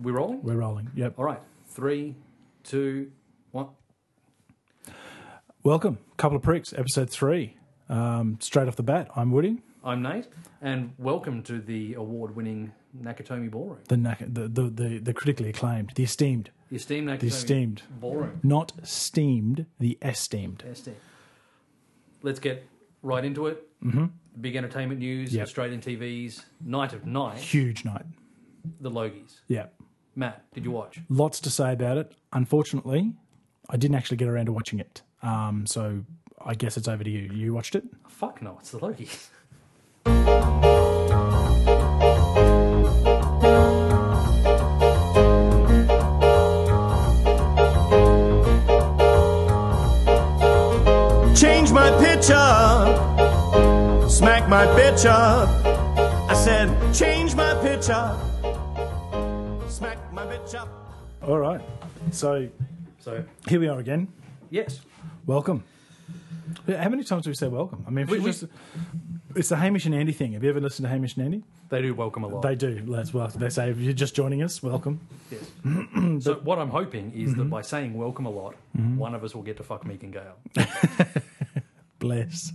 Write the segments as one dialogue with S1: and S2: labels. S1: We're rolling?
S2: We're rolling. Yep.
S1: All right. Three, two, one.
S2: Welcome, couple of pricks, episode three. Um, straight off the bat, I'm Woody.
S1: I'm Nate, and welcome to the award winning Nakatomi Ballroom.
S2: The, knack- the, the the the critically acclaimed, the esteemed,
S1: The esteemed Nakatomi
S2: the esteemed,
S1: Ballroom.
S2: not steamed, the esteemed.
S1: Esteemed. Let's get right into it. Mm-hmm. Big entertainment news,
S2: Yep.
S1: Australian TV's Night of Night,
S2: Huge night.
S1: The Logies.
S2: Yeah,
S1: Matt, did you watch?
S2: lots to say about it. Unfortunately, I didn't actually get around to watching it. Um, so I guess it's over to you. You watched it.
S1: Fuck no, it's The Logies.
S3: Change my pitch up. Smack my bitch up. I said, change my pitch up. Smack my bitch up.
S2: All right. So
S1: So,
S2: here we are again.
S1: yes.
S2: Welcome. Yeah, How many times do we say welcome? I mean, if
S1: We-
S2: you
S1: we-
S2: just, it's the Hamish and Andy thing. Have you ever listened to Hamish and Andy?
S1: They do welcome a lot.
S2: They do. That's well. They say if you're just joining us, welcome.
S1: Yes. Mm-hmm. so what I'm hoping is that by saying welcome a lot, one of us will get to fuck Meek and Gale.
S2: Bless,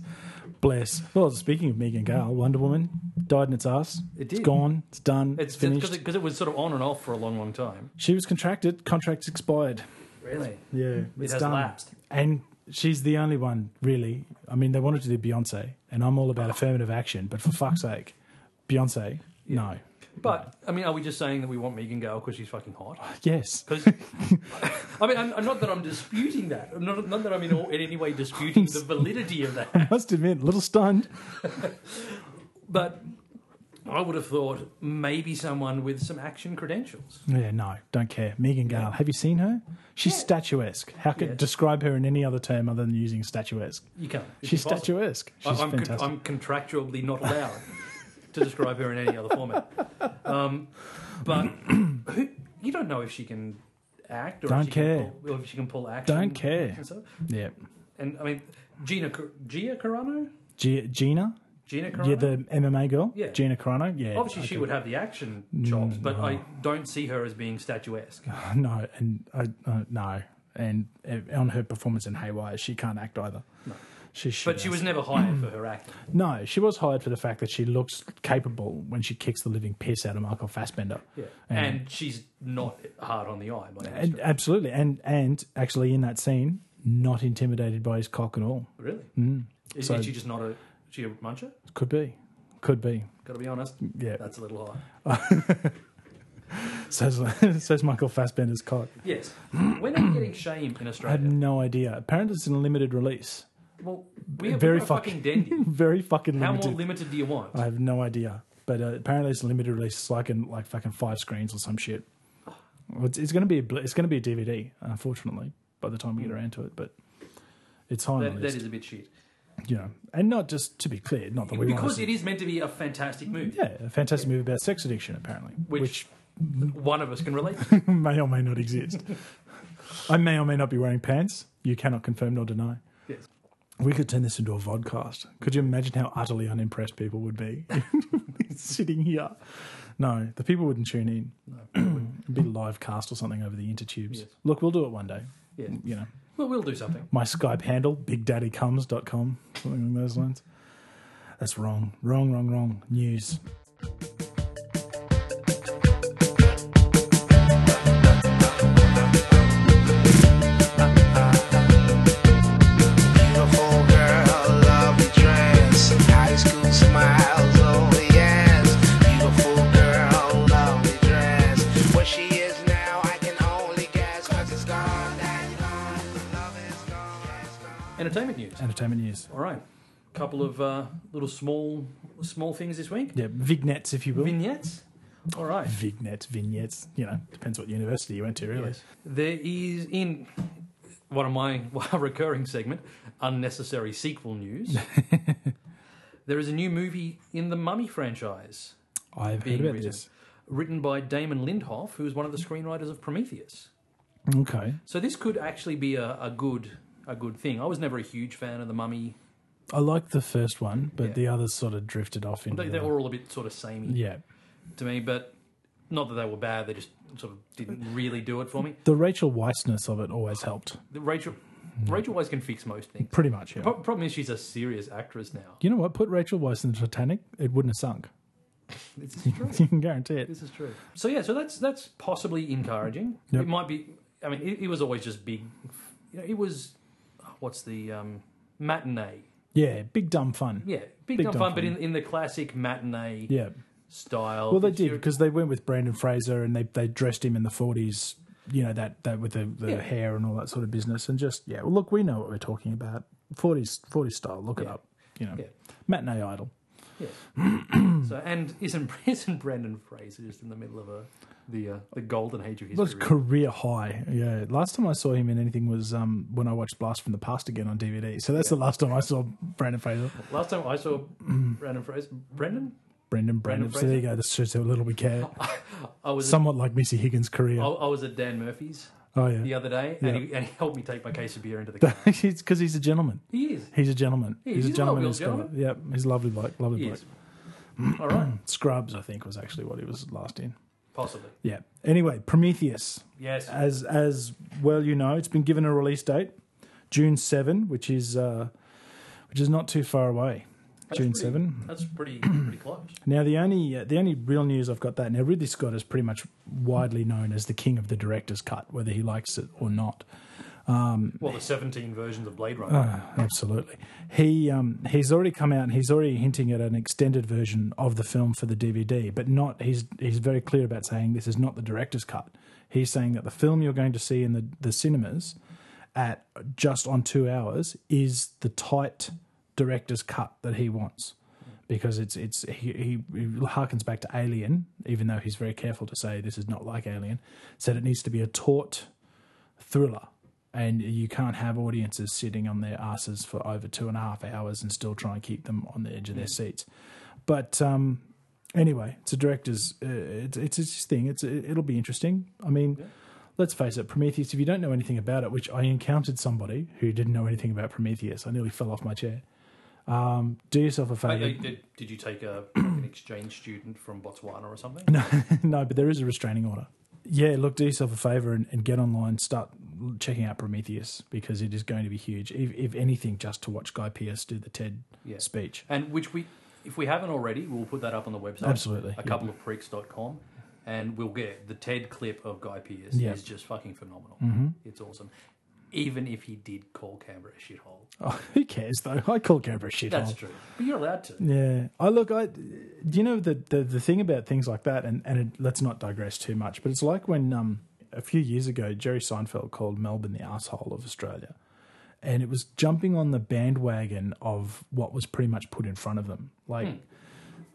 S2: bless. Well, speaking of Megan Gale, Wonder Woman died in its ass.
S1: It
S2: It's
S1: did.
S2: gone. It's done. It's,
S1: It's
S2: finished.
S1: because it, 'cause it was sort of on and off for a long, long time.
S2: she was contracted. Contract's expired.
S1: Really?
S2: Yeah, it's
S1: has
S2: done.
S1: lapsed.
S2: And she's the only one, really. I mean, they wanted to do Beyonce, and I'm all about affirmative action. But for fuck's sake, Beyonce, no.
S1: But I mean, are we just saying that we want Megan Gale because she's fucking hot?
S2: Yes.
S1: 'Cause- I mean, I'm, I'm not that I'm disputing that. I'm not, not that I'm in, all, in any way disputing the validity of that.
S2: Must admit, a little stunned.
S1: But I would have thought maybe someone with some action credentials.
S2: Yeah, no, don't care. Megan Gale, have you seen her? She's statuesque. How could
S1: Yeah.
S2: describe her in any other term other than using statuesque?
S1: You can't. It's
S2: She's
S1: impossible.
S2: statuesque.
S1: I-
S2: She's
S1: I'm, con-
S2: fantastic.
S1: I'm contractually not allowed to describe her in any other format. Um, but who, you don't know if she can act or
S2: Don't
S1: if she
S2: care.
S1: Can pull, or if she can pull action.
S2: Don't care.
S1: And, so,
S2: yeah,
S1: and I mean, Gina Car- Gia Carano,
S2: G- Gina.
S1: Gina Carano.
S2: Yeah, the MMA girl.
S1: Yeah.
S2: Gina Carano. Yeah,
S1: Obviously, she would have the action chops, but
S2: Mm,
S1: I don't see her as being statuesque.
S2: I- no, and I uh, no, and uh, on her performance in Haywire, she can't act either. No. She should.
S1: But she was never hired for her acting.
S2: no, she was hired for the fact that she looks capable when she kicks the living piss out of Michael Fassbender.
S1: Yeah.
S2: And-
S1: And, she's not hard on the eye. By any
S2: And,
S1: stretch.
S2: absolutely, and and actually in that scene, not intimidated by his cock at all.
S1: really? Is,
S2: So-
S1: is she just not a? Is she a muncher?
S2: Could be, could be.
S1: Got to be honest.
S2: Yeah.
S1: That's a little high.
S2: Says says Michael Fassbender's cock.
S1: Yes. When are we getting shame in
S2: I have
S1: Australia?
S2: no idea. Apparently, it's in a limited release.
S1: Well, we have
S2: Very
S1: very fucking, dandy.
S2: Very fucking
S1: How
S2: limited.
S1: more limited do you want?
S2: I have no idea, but uh, apparently it's a limited release. It's like in like fucking five screens or some shit. Well, It's, it's gonna be a, bl- it's gonna be a DVD, unfortunately, by the time we get around to it. But it's high on
S1: That,
S2: the
S1: that
S2: list,
S1: is a bit shit.
S2: you know. And not just to be clear, not that we want to
S1: Because
S2: see-
S1: it is meant to be a fantastic movie.
S2: Yeah, a fantastic movie about sex addiction, apparently, which,
S1: Which- One of us can relate. to.
S2: may or may not exist. I may or may not be wearing pants. You cannot confirm nor deny.
S1: Yes.
S2: We could turn this into a vodcast. Could you imagine how utterly unimpressed people would be sitting here? No, the people wouldn't tune in. It'd be live cast or something over the intertubes.
S1: Yes.
S2: Look, we'll do it one day.
S1: Yeah.
S2: You know,
S1: Well, we'll do something.
S2: my Skype handle, bigdaddycomes.com, something along those lines. That's wrong. Wrong, wrong, wrong. News.
S4: Beautiful girl, lovely dress, high school smiles, oh yes. Beautiful girl, lovely dress. Where she is now, I can only guess. Cause it's gone, now you gone. Love is gone, it's gone.
S1: Entertainment news.
S2: Entertainment news.
S1: All right. Couple of uh, little small small things this week.
S2: Yeah, vignettes, if you will.
S1: Vignettes. All right.
S2: vignettes, vignettes. You know, depends what university you went to, really.
S1: Yes. There is in one of my recurring segment, unnecessary sequel news. there is a new movie in the Mummy franchise.
S2: I've heard
S1: being
S2: about
S1: written.
S2: this.
S1: Written by Damon Lindhoff, who is one of the screenwriters of Prometheus.
S2: Okay,
S1: So this could actually be a, a good a good thing. I was never a huge fan of the Mummy.
S2: I like the first one, but
S1: Yeah.
S2: the others sort of drifted off into.
S1: They, they
S2: the-
S1: were all a bit sort of samey
S2: yeah,
S1: to me, but Not that they were bad, they just sort of didn't really do it for me.
S2: The Rachel Weissness of it always helped.
S1: The Rachel Rachel Weisz can fix most things.
S2: Pretty much, yeah.
S1: Pro- problem is she's a serious actress now.
S2: You know what? Put Rachel Weisz in the Titanic, it wouldn't have sunk.
S1: This is true.
S2: You can guarantee it.
S1: This is true. So yeah, so that's that's possibly encouraging.
S2: Yep.
S1: It might be. I mean, it, it was always just big. You know, it was what's the um, matinee?
S2: Yeah, big dumb fun.
S1: Yeah, big,
S2: Big
S1: dumb
S2: dumb
S1: fun, but in
S2: fun.
S1: in the classic matinee
S2: Yeah.
S1: style.
S2: Well, they
S1: It's
S2: did
S1: your-
S2: because they went with Brandon Fraser and they, they dressed him in the 40s, you know, that, that with the, the
S1: Yeah.
S2: hair and all that sort of business. And just, yeah, well, look, we know what we're talking about. 40s, 40s style, look it
S1: Yeah.
S2: up. You know,
S1: Yeah.
S2: matinee idol.
S1: So and isn't isn't Brandon Fraser just in the middle of a the uh, the golden age of
S2: It was
S1: history?
S2: career high. Yeah. Last time I saw him in anything was um, when I watched Blast from the Past again on DVD. So that's the last time I saw Brandon Fraser.
S1: Last time I saw Brandon Fraser, Brendan,
S2: Brendan, Brandon. so
S1: Fraser.
S2: there you go. This shows how little we care.
S1: I was
S2: Somewhat like Missy Higgins' career.
S1: I, I was at Dan Murphy's
S2: oh, yeah.
S1: the other day, and,
S2: Yeah.
S1: he, and he helped me take my case of beer into the car.
S2: it's because he's a gentleman.
S1: he is.
S2: He's a gentleman.
S1: Yeah,
S2: he's,
S1: he's
S2: a
S1: a
S2: gentleman.
S1: well-built
S2: He's got it. Yep, he's a lovely bloke. Lovely
S1: He
S2: bloke.
S1: is. All right,
S2: Scrubs, I think, was actually what he was last in.
S1: possibly.
S2: Yeah. Anyway, Prometheus,
S1: Yes.
S2: as as well you know, it's been given a release date, June seven, which is uh, which is not too far away.
S1: That's
S2: June
S1: pretty-
S2: seven.
S1: That's pretty pretty close.
S2: Now the only uh, the only real news I've got that now Ridley Scott is pretty much widely known as the king of the director's cut, whether he likes it or not.
S1: Well, the 17 versions of Blade
S2: Uh,
S1: Runner.
S2: Absolutely. He um, he's already come out and he's already hinting at an extended version of the film for the DVD, but not he's he's very clear about saying this is not the director's cut. He's saying that the film you're going to see in the, the cinemas at just on two hours is the tight director's cut that he wants. Because it's it's he, he, he harkens back to Alien, even though he's very careful to say this is not like Alien. Said it needs to be a taut thriller. And you can't have audiences sitting on their asses for over two and a half hours and still try and keep them on the edge of their seats. But um, anyway, it's a director's. Uh, it's it's his thing. It's it'll be interesting. I mean, let's face it, Prometheus. If you don't know anything about it, which I encountered somebody who didn't know anything about Prometheus, I nearly fell off my chair. Um, do yourself a
S1: Hey,
S2: favor.
S1: hey, did, did you take a, like an exchange student from Botswana or something?
S2: No, no, but there is a restraining order. Yeah, look, do yourself a favor and, and get online, start checking out Prometheus because it is going to be huge. If, if anything, just to watch Guy Pearce do the TED
S1: Yeah.
S2: speech.
S1: And which we, if we haven't already, we'll put that up on the website.
S2: Absolutely,
S1: A
S2: yeah.
S1: couple of freaks.com. And we'll get the TED clip of Guy Pearce
S2: Yeah.
S1: is just fucking phenomenal.
S2: Mm-hmm.
S1: It's awesome. Even if he did call Canberra a shithole.
S2: Oh, who cares though? I call Canberra shit.
S1: That's true. But you're allowed to.
S2: Yeah. I look, I do you know the, the the thing about things like that, and and it, let's not digress too much, but it's like when um a few years ago Jerry Seinfeld called Melbourne the asshole of Australia, and it was jumping on the bandwagon of what was pretty much put in front of them, like.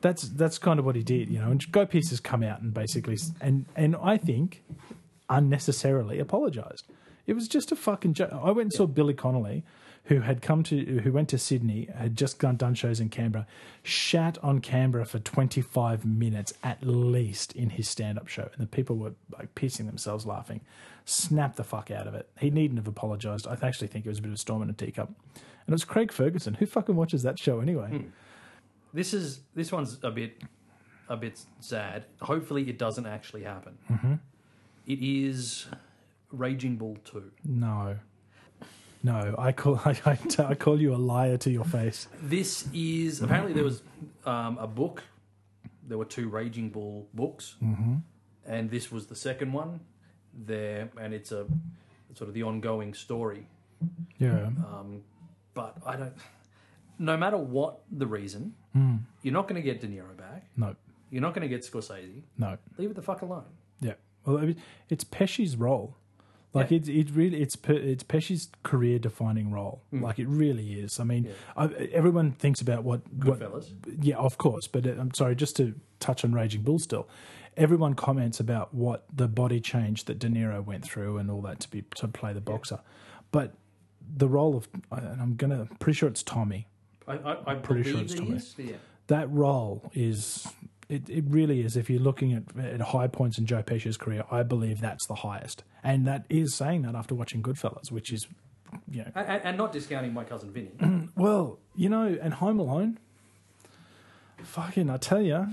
S2: That's that's kind of what he did, you know. And Go Peace has come out and basically, s- and and I think unnecessarily apologized. It was just a fucking joke. I went and saw Billy Connolly, who had come to, who went to Sydney, had just done, done shows in Canberra, shat on Canberra for 25 minutes at least in his stand up show. And the people were like pissing themselves laughing. Snapped the fuck out of it. He needn't have apologized. I actually think it was a bit of a storm in a teacup. And it was Craig Ferguson. Who fucking watches that show anyway?
S1: This is this one's a bit a bit sad. Hopefully it doesn't actually happen.
S2: Mm-hmm.
S1: It is Raging Bull 2.
S2: No. No, I call I, I, I call you a liar to your face.
S1: This is apparently there was um, a book. There were two Raging Bull books,
S2: Mm-hmm.
S1: and this was the second one. There, and it's a sort of the ongoing story.
S2: Yeah.
S1: Uh, But I don't. No matter what the reason,
S2: Hmm.
S1: you're not going to get De Niro back.
S2: No.
S1: You're not going to get Scorsese.
S2: No.
S1: Leave it the fuck alone.
S2: Yeah. Well, I mean, it's Pesci's role. Like
S1: Yeah.
S2: it's it really it's Pe- it's Pesci's career defining role.
S1: Mm.
S2: Like it really is. I mean, I, everyone thinks about what what
S1: Goodfellas.
S2: yeah, of course. But uh, I'm sorry, just to touch on Raging Bull still, everyone comments about what the body change that De Niro went through and all that to be to play the boxer. But the role of and I'm gonna pretty sure it's Tommy.
S1: I, I, I
S2: Pretty sure
S1: believe
S2: it's
S1: it
S2: Tommy.
S1: is. Yeah.
S2: That role is. It, it really is. If you're looking at, at high points in Joe Pesci's career, I believe that's the highest, and that is saying that after watching Goodfellas, which is, you know,
S1: And, and, and not discounting my cousin Vinny.
S2: well, you know, and Home Alone. Fucking, I tell you,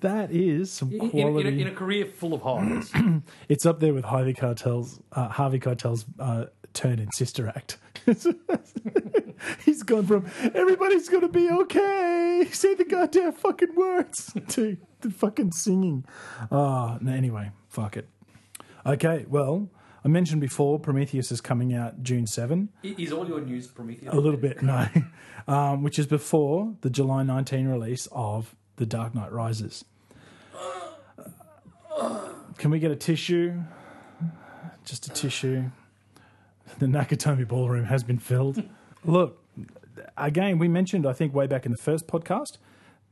S2: That is some
S1: In,
S2: quality.
S1: in, in, a, in a career full of highs.
S2: It's up there with Harvey Cartel's uh, Harvey Cartel's uh, turn in Sister Act. He's gone from everybody's gonna be okay, say the goddamn fucking words, to the fucking singing. Ah, no, anyway, fuck it. Okay, well, I mentioned before Prometheus is coming out June seven.
S1: I- Is all your news Prometheus?
S2: A little bit, no, um, which is before the July nineteen release of The Dark Knight Rises. Can we get a tissue? Just a tissue. The Nakatomi Ballroom has been filled. Look, again, we mentioned, I think, way back in the first podcast,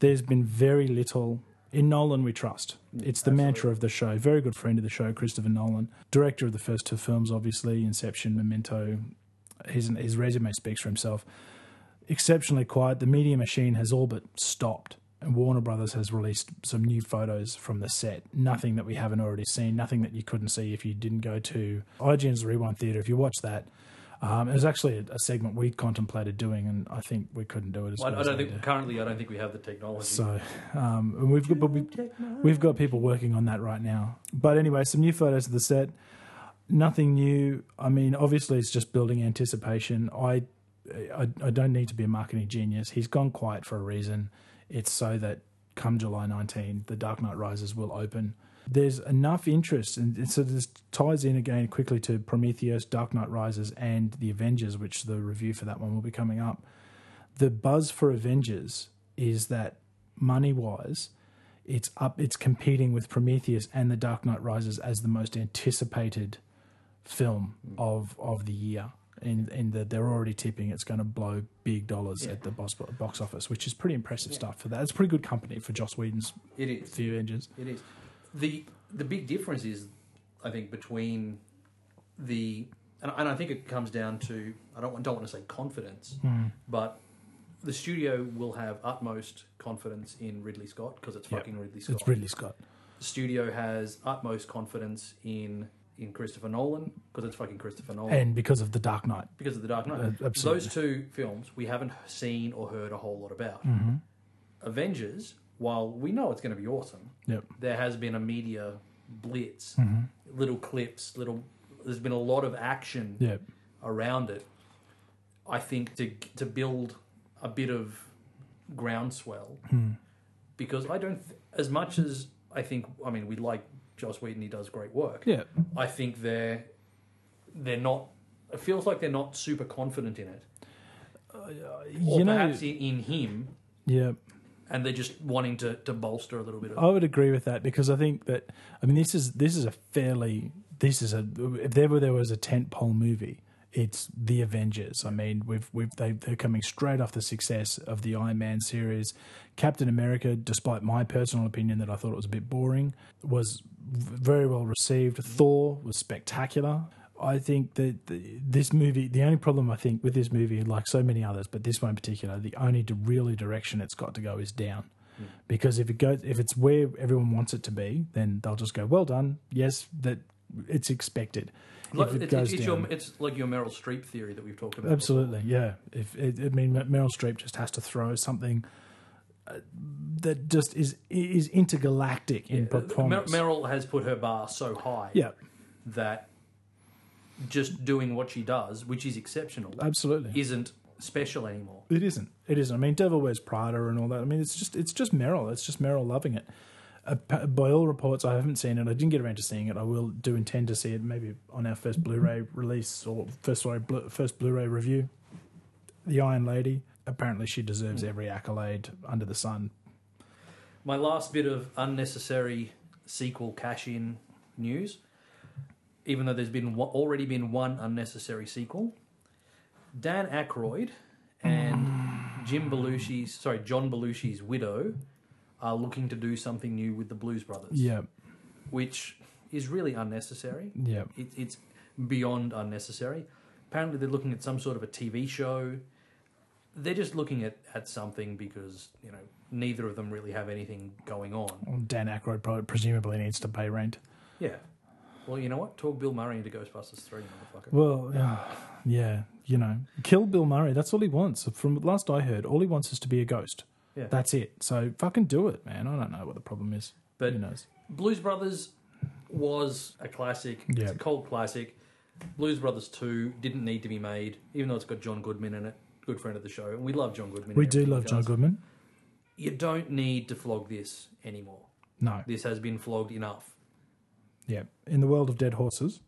S2: there's been very little. In Nolan, we trust. It's the mantra of the show. Very good friend of the show, Christopher Nolan, director of the first two films, obviously Inception, Memento. His, his resume speaks for himself exceptionally quiet. The media machine has all but stopped, and Warner Brothers has released some new photos from the set. Nothing that we haven't already seen, nothing that you couldn't see if you didn't go to IGN's Rewind Theatre. If you watch that, um, it was actually a, a segment we contemplated doing, and I think we couldn't do it as
S1: I,
S2: well.
S1: I
S2: as
S1: don't
S2: they
S1: think
S2: did.
S1: currently. I don't think we have the technology.
S2: So um, and we've got but we, we've got people working on that right now. But anyway, some new photos of the set. Nothing new. I mean, obviously, it's just building anticipation. I, I I don't need to be a marketing genius. He's gone quiet for a reason. It's so that come July 19, the Dark Knight Rises will open. There's enough interest, and and so this ties in again quickly to Prometheus, Dark Knight Rises, and the Avengers, which the review for that one will be coming up the buzz for Avengers is that money wise, it's up it's competing with Prometheus and The Dark Knight Rises as the most anticipated film of of the year. And and that they're already tipping it's going to blow big dollars at the box, box office, which is pretty impressive stuff for that. It's pretty good company for Joss Whedon's
S1: it is.
S2: The Avengers.
S1: It is. The the big difference is, I think, between the and, and I think it comes down to I don't want- don't want to say confidence,
S2: Hmm.
S1: but the studio will have utmost confidence in Ridley Scott because it's fucking Ridley Scott.
S2: It's Ridley Scott.
S1: the studio has utmost confidence in in Christopher Nolan because it's fucking Christopher Nolan.
S2: And because of The Dark Knight,
S1: because of the Dark Knight.
S2: Uh, absolutely.
S1: Those two films we haven't seen or heard a whole lot about.
S2: Mm-hmm.
S1: Avengers, while we know it's going to be awesome,
S2: Yep.
S1: there has been a media blitz, little clips, little. There's been a lot of action
S2: Mm-hmm. yeah,
S1: around it. I think to to build a bit of groundswell
S2: Hmm.
S1: because I don't th- as much as I think I mean we like Joss Whedon he does great work
S2: yeah,
S1: I think they're they're not. It feels like they're not super confident in it, or
S2: you know,
S1: perhaps in, in him,
S2: yeah.
S1: and they're just wanting to, to bolster a little bit of.
S2: I would agree with that because I think that I mean this is this is a fairly this is a if there were there was a tentpole movie it's the Avengers. I mean we've we've they, they're coming straight off the success of the Iron Man series. Captain America, despite my personal opinion that I thought it was a bit boring, was v- very well received.
S1: Mm.
S2: Thor was spectacular. I think that the, this movie, the only problem I think with this movie, like so many others, but this one in particular, the only di- really direction it's got to go is down
S1: Mm.
S2: because if it goes if it's where everyone wants it to be then they'll just go well done yes that it's expected
S1: Like,
S2: if it
S1: it's,
S2: goes
S1: it's
S2: down
S1: your, it's like your Meryl Streep theory that we've talked about.
S2: absolutely yeah if it, i mean meryl streep just has to throw something uh, that just is is intergalactic in
S1: before. uh, Mer-
S2: performance
S1: Meryl has put her bar so high
S2: yeah
S1: that just doing what she does, which is exceptional,
S2: absolutely
S1: isn't special anymore.
S2: It isn't. It isn't. I mean, Devil Wears Prada and all that. I mean, it's just it's just Meryl. It's just Meryl loving it. Uh, pa- by all reports, I haven't seen it. I didn't get around to seeing it. I will do intend to see it maybe on our first Blu-ray release or first sorry, blu- first Blu-ray review. The Iron Lady. Apparently, she deserves every accolade under the sun.
S1: My last bit of unnecessary sequel cash in news, even though there's been one, already been one unnecessary sequel, Dan Aykroyd and Jim Belushi's sorry John Belushi's widow are looking to do something new with the Blues Brothers,
S2: Yeah,
S1: which is really unnecessary.
S2: yeah.
S1: It, it's beyond unnecessary. Apparently, they're looking at some sort of a TV show. They're just looking at, at something because you know neither of them really have anything going on.
S2: Dan Aykroyd probably presumably needs to pay rent.
S1: Yeah. Well, you know what? Talk Bill Murray into Ghostbusters 3, motherfucker.
S2: Well, yeah, yeah, you know, kill Bill Murray. That's all he wants. From last I heard, all he wants is to be a ghost.
S1: Yeah.
S2: That's it. So fucking do it, man. I don't know what the problem is.
S1: But-
S2: who knows?
S1: Blues Brothers was a classic. It's
S2: Yeah.
S1: a cult classic. Blues Brothers 2 didn't need to be made, even though it's got John Goodman in it. Good friend of the show. And we love John Goodman.
S2: We
S1: and
S2: do
S1: everything
S2: love
S1: he
S2: John
S1: does.
S2: Goodman.
S1: You don't need to flog this anymore.
S2: No.
S1: This has been flogged enough.
S2: Yeah. In the world of dead horses,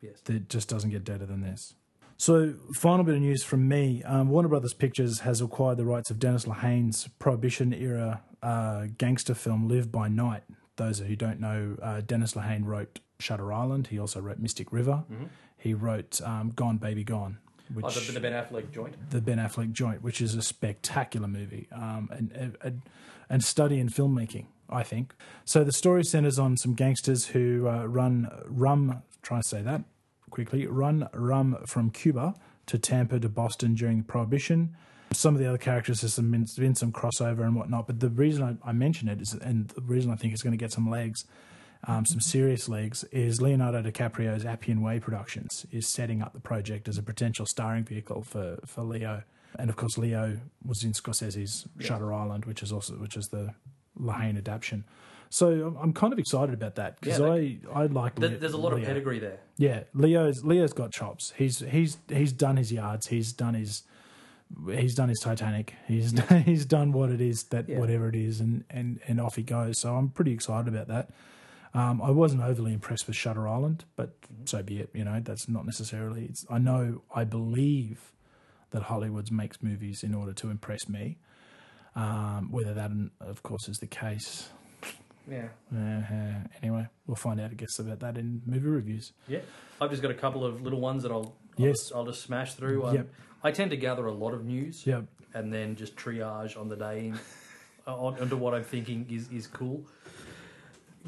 S1: Yes.
S2: it just doesn't get deader than this. So, final bit of news from me um, Warner Brothers Pictures has acquired the rights of Dennis Lehane's Prohibition era uh, gangster film Live by Night. Those who don't know, uh, Dennis Lehane wrote Shutter Island. He also wrote Mystic River. He wrote um, Gone Baby Gone. Which,
S1: Mm-hmm. Oh, the, the Ben Affleck joint.
S2: the Ben Affleck joint, which is a spectacular movie um, and, and and study in filmmaking, I think. So the story centers on some gangsters who uh, run rum. Try to say that quickly. Run rum from Cuba to Tampa to Boston during Prohibition. Some of the other characters there's some, been some crossover and whatnot, but the reason I, I mention it is, and the reason I think it's going to get some legs, um, some serious legs is Leonardo DiCaprio's Appian Way Productions is setting up the project as a potential starring vehicle for for Leo, and of course Leo was in Scorsese's Shutter Island, which is also which is the Lahane adaptation. So I'm- I'm kind of excited about that because
S1: Yeah,
S2: I I like
S1: Th-
S2: Le-
S1: There's a lot of
S2: Leo.
S1: pedigree there.
S2: Yeah, Leo's Leo's got chops. He's he's he's done his yards. He's done his he's done his Titanic. He's done, he's done what it is that
S1: Yeah.
S2: whatever it is, and and and off he goes. So I'm pretty excited about that. Um, I wasn't overly impressed with Shutter Island, but so be it. You know, that's not necessarily. It's, I know, I believe that Hollywood makes movies in order to impress me. Um, whether that, of course, is the case.
S1: Yeah.
S2: Uh, anyway, we'll find out, I guess, about that in movie reviews.
S1: Yeah. I've just got a couple of little ones that I'll,
S2: Yes.
S1: I'll, just, I'll just smash through. Um,
S2: Yep.
S1: I tend to gather a lot of news
S2: Yep.
S1: and then just triage on the day in, uh, on, onto what I'm thinking is, is cool.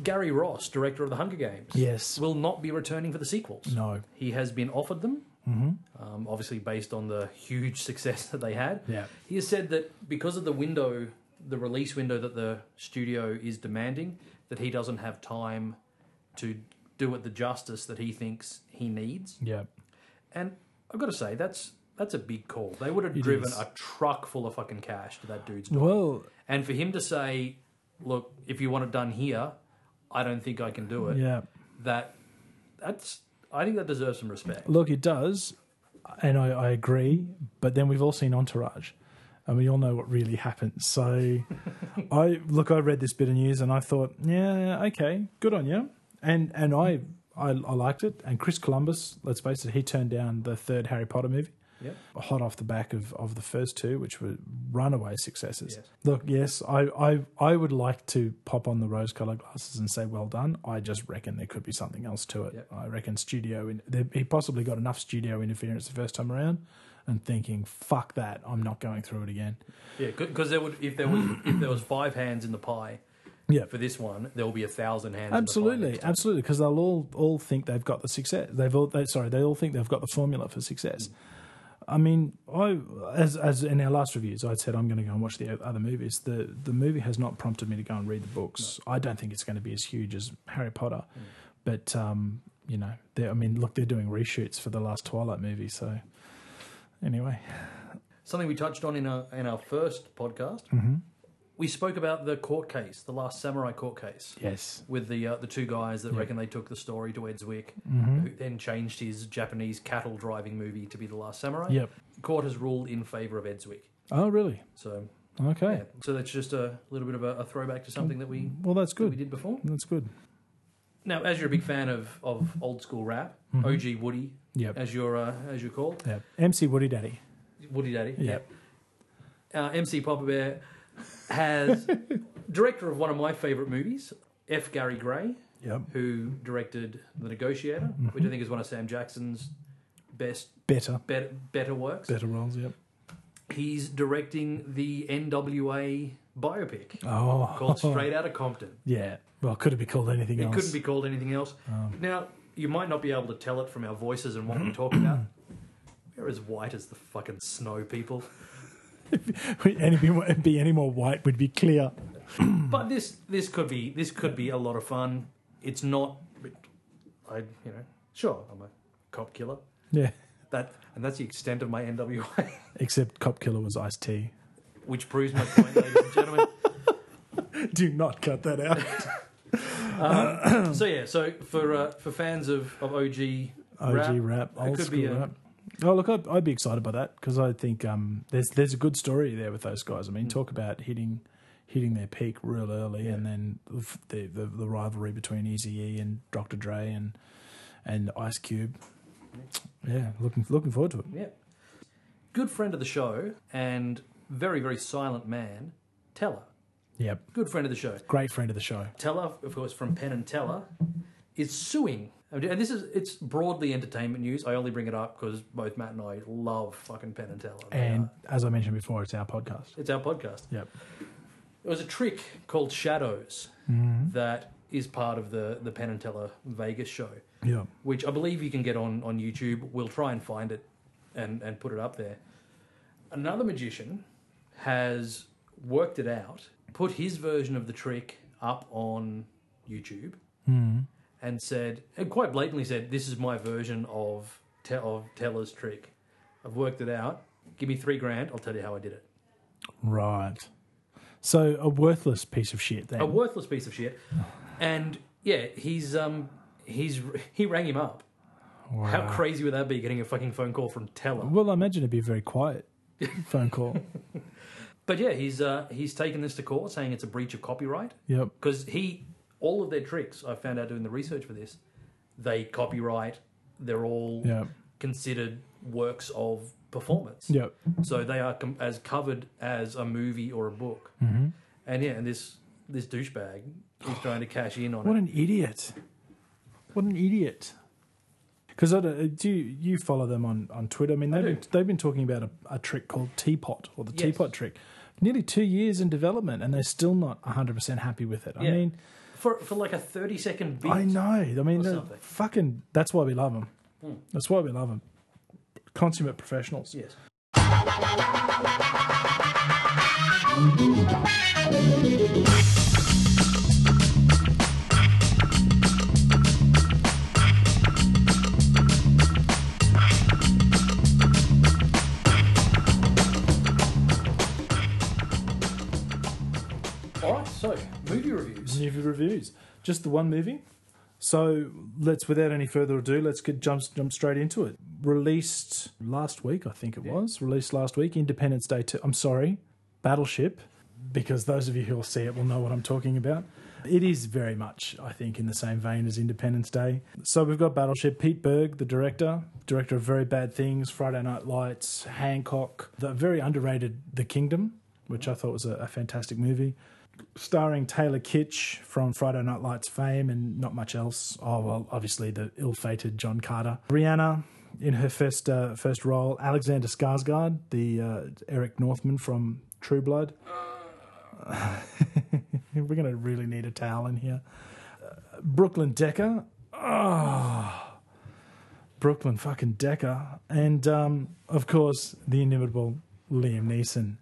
S1: Gary Ross, director of The Hunger Games,
S2: Yes.
S1: will not be returning for the sequels.
S2: No.
S1: He has been offered them, um, obviously based on the huge success that they had.
S2: Yeah.
S1: He has said that because of the window, the release window that the studio is demanding, that he doesn't have time to do it the justice that he thinks he needs.
S2: Yeah.
S1: And I've got to say, that's that's a big call. They would have
S2: It
S1: driven
S2: is.
S1: a truck full of fucking cash to that dude's door.
S2: Well,
S1: And for him to say, "Look, if you want it done here, I don't think I can do it."
S2: yeah.
S1: That that's I think that deserves some respect.
S2: Look, it does, and I, I agree. But then we've all seen Entourage, and we all know what really happened. So, I look. I read this bit of news, and I thought, yeah, okay, good on you. And and I I, I liked it. And Chris Columbus, let's face it, he turned down the third Harry Potter movie.
S1: Yep.
S2: hot off the back of, of the first two, which were runaway successes.
S1: Yes.
S2: Look, yes, I, I I would like to pop on the rose colored glasses and say well done. I just reckon there could be something else to it.
S1: Yep.
S2: I reckon studio in, there, he possibly got enough studio interference the first time around, and thinking fuck that, I'm not going through it again.
S1: Yeah, because there would if there was if there was five hands in the pie
S2: Yeah,
S1: for this one, there will be a thousand hands. in the
S2: absolutely,
S1: pie next
S2: absolutely, because they'll all all think they've got the success. They've all they, sorry, they all think they've got the formula for success. I mean, I as as in our last reviews, I said I'm going to go and watch the o- other movies. The the movie has not prompted me to go and read the books. I don't think it's going to be as huge as Harry Potter,
S1: Mm.
S2: but um, you know, they I mean, look, they're doing reshoots for the last Twilight movie, so. Anyway,
S1: time. Something we touched on in our in our first podcast,
S2: Mm-hmm.
S1: we spoke about the court case, the last samurai court case.
S2: yes,
S1: With the uh, the two guys that reckon they took the story to Edswick,
S2: Mm-hmm.
S1: who then changed his Japanese cattle driving movie to be the Last Samurai.
S2: yep.
S1: Court has ruled in favour of Edswick,
S2: Oh, really?
S1: so
S2: Okay.
S1: yeah. so that's just a little bit of a, a throwback to something that we
S2: Well, that's
S1: that we
S2: Mm-hmm. good.
S1: did before.
S2: That's good.
S1: Now, as you're a big fan of, of old school rap,
S2: Mm-hmm.
S1: OG Woody,
S2: Yep.
S1: as you're uh, as you're called,
S2: Yep. MC Woody Daddy.
S1: Woody Daddy.
S2: Yep.
S1: yeah. Uh, MC Papa Bear has director of one of my favourite movies, F. Gary Gray,
S2: Yep.
S1: who directed The Negotiator, which I think is one of Sam Jackson's best
S2: Better.
S1: better, better works.
S2: Better roles. Yep.
S1: He's directing the NWA biopic
S2: Oh,
S1: called Straight Outta Compton.
S2: Yeah. Well, could it be called anything
S1: It
S2: else?
S1: couldn't be called anything else. now, you might not be able to tell it from our voices and what we talk about. We're as white as the fucking snow, people.
S2: Any be, be any more white would be clear.
S1: But this this could be this could be a lot of fun. It's not. I you know sure I'm a cop killer.
S2: Yeah.
S1: That and that's the extent of my NWA.
S2: Except Cop Killer was Ice T.
S1: which proves my point, ladies and gentlemen.
S2: Do not cut that out.
S1: So yeah, so for uh, for fans of, of OG,
S2: OG rap,
S1: it
S2: old
S1: could
S2: school
S1: be a,
S2: rap. Oh look, I'd, I'd be excited by that because I think um, there's there's a good story there with those guys. I
S1: Mm.
S2: mean, talk about hitting hitting their peak real early, and then f- the, the the rivalry between Eazy-E and Dr. Dre and and Ice Cube.
S1: Mm.
S2: Yeah, looking looking forward to it.
S1: yeah, good friend of the show and very very silent man, Teller.
S2: Yep,
S1: Good friend of the show.
S2: great friend of the show.
S1: Teller, of course, from Penn and Teller, is suing. And this is it's broadly entertainment news. I only bring it up because both Matt and I love fucking Penn and Teller. They
S2: And
S1: are-
S2: as I mentioned before, it's our podcast.
S1: it's our podcast.
S2: Yep.
S1: It was a trick called Shadows that is part of the the Penn and Teller Vegas show,
S2: Yeah.
S1: which I believe you can get on on YouTube. We'll try and find it and and put it up there. Another magician has worked it out, put his version of the trick up on YouTube, and said, and quite blatantly said, "This is my version of te- of Teller's trick. I've worked it out. Give me three grand. I'll tell you how I did it."
S2: Right. So a worthless piece of shit. Then.
S1: a worthless piece of shit. And yeah, he's um he's he rang him up.
S2: Wow.
S1: How crazy would that be getting a fucking phone call from Teller?
S2: well, I imagine it'd be a very quiet phone call.
S1: But yeah, he's uh he's taken this to court saying it's a breach of copyright
S2: Yep.
S1: because he all of their tricks I found out doing the research for this, they copyright. They're all
S2: Yep.
S1: considered works of performance.
S2: Yep.
S1: So they are com- as covered as a movie or a book.
S2: Mm-hmm.
S1: And yeah, and this this douchebag is trying to cash in on
S2: What
S1: it.
S2: an idiot! What an idiot! Because uh, do you, you follow them on, on Twitter? I mean, they've,
S1: do.
S2: been, they've been talking about a, a trick called teapot or the
S1: Yes.
S2: teapot trick. Nearly two years in development, and they're still not hundred percent happy with it. I
S1: Yeah.
S2: mean,
S1: for for like a thirty second bit.
S2: I know. I mean, they're
S1: something.
S2: fucking. That's why we love them. That's why we love them. Consummate professionals.
S1: Yes. All right, so movie reviews.
S2: Movie reviews. Just the one movie. So let's, without any further ado, let's get jump jump straight into it. Released last week, I think it was. Released last week, Independence Day. Two, I'm sorry, Battleship, because those of you who'll see it will know what I'm talking about. It is very much, I think, in the same vein as Independence Day. So we've got Battleship. Pete Berg, the director, director of Very Bad Things, Friday Night Lights, Hancock, the very underrated The Kingdom, which I thought was a, a fantastic movie starring Taylor Kitsch from Friday Night Lights fame and not much else. Oh, well, obviously the ill-fated John Carter. Rihanna in her first uh, first role. Alexander Skarsgård, the uh, Eric Northman from True Blood. We're going to really need a towel in here. Uh, Brooklyn Decker. Oh, Brooklyn fucking Decker. And, um, of course, the inimitable Liam Neeson.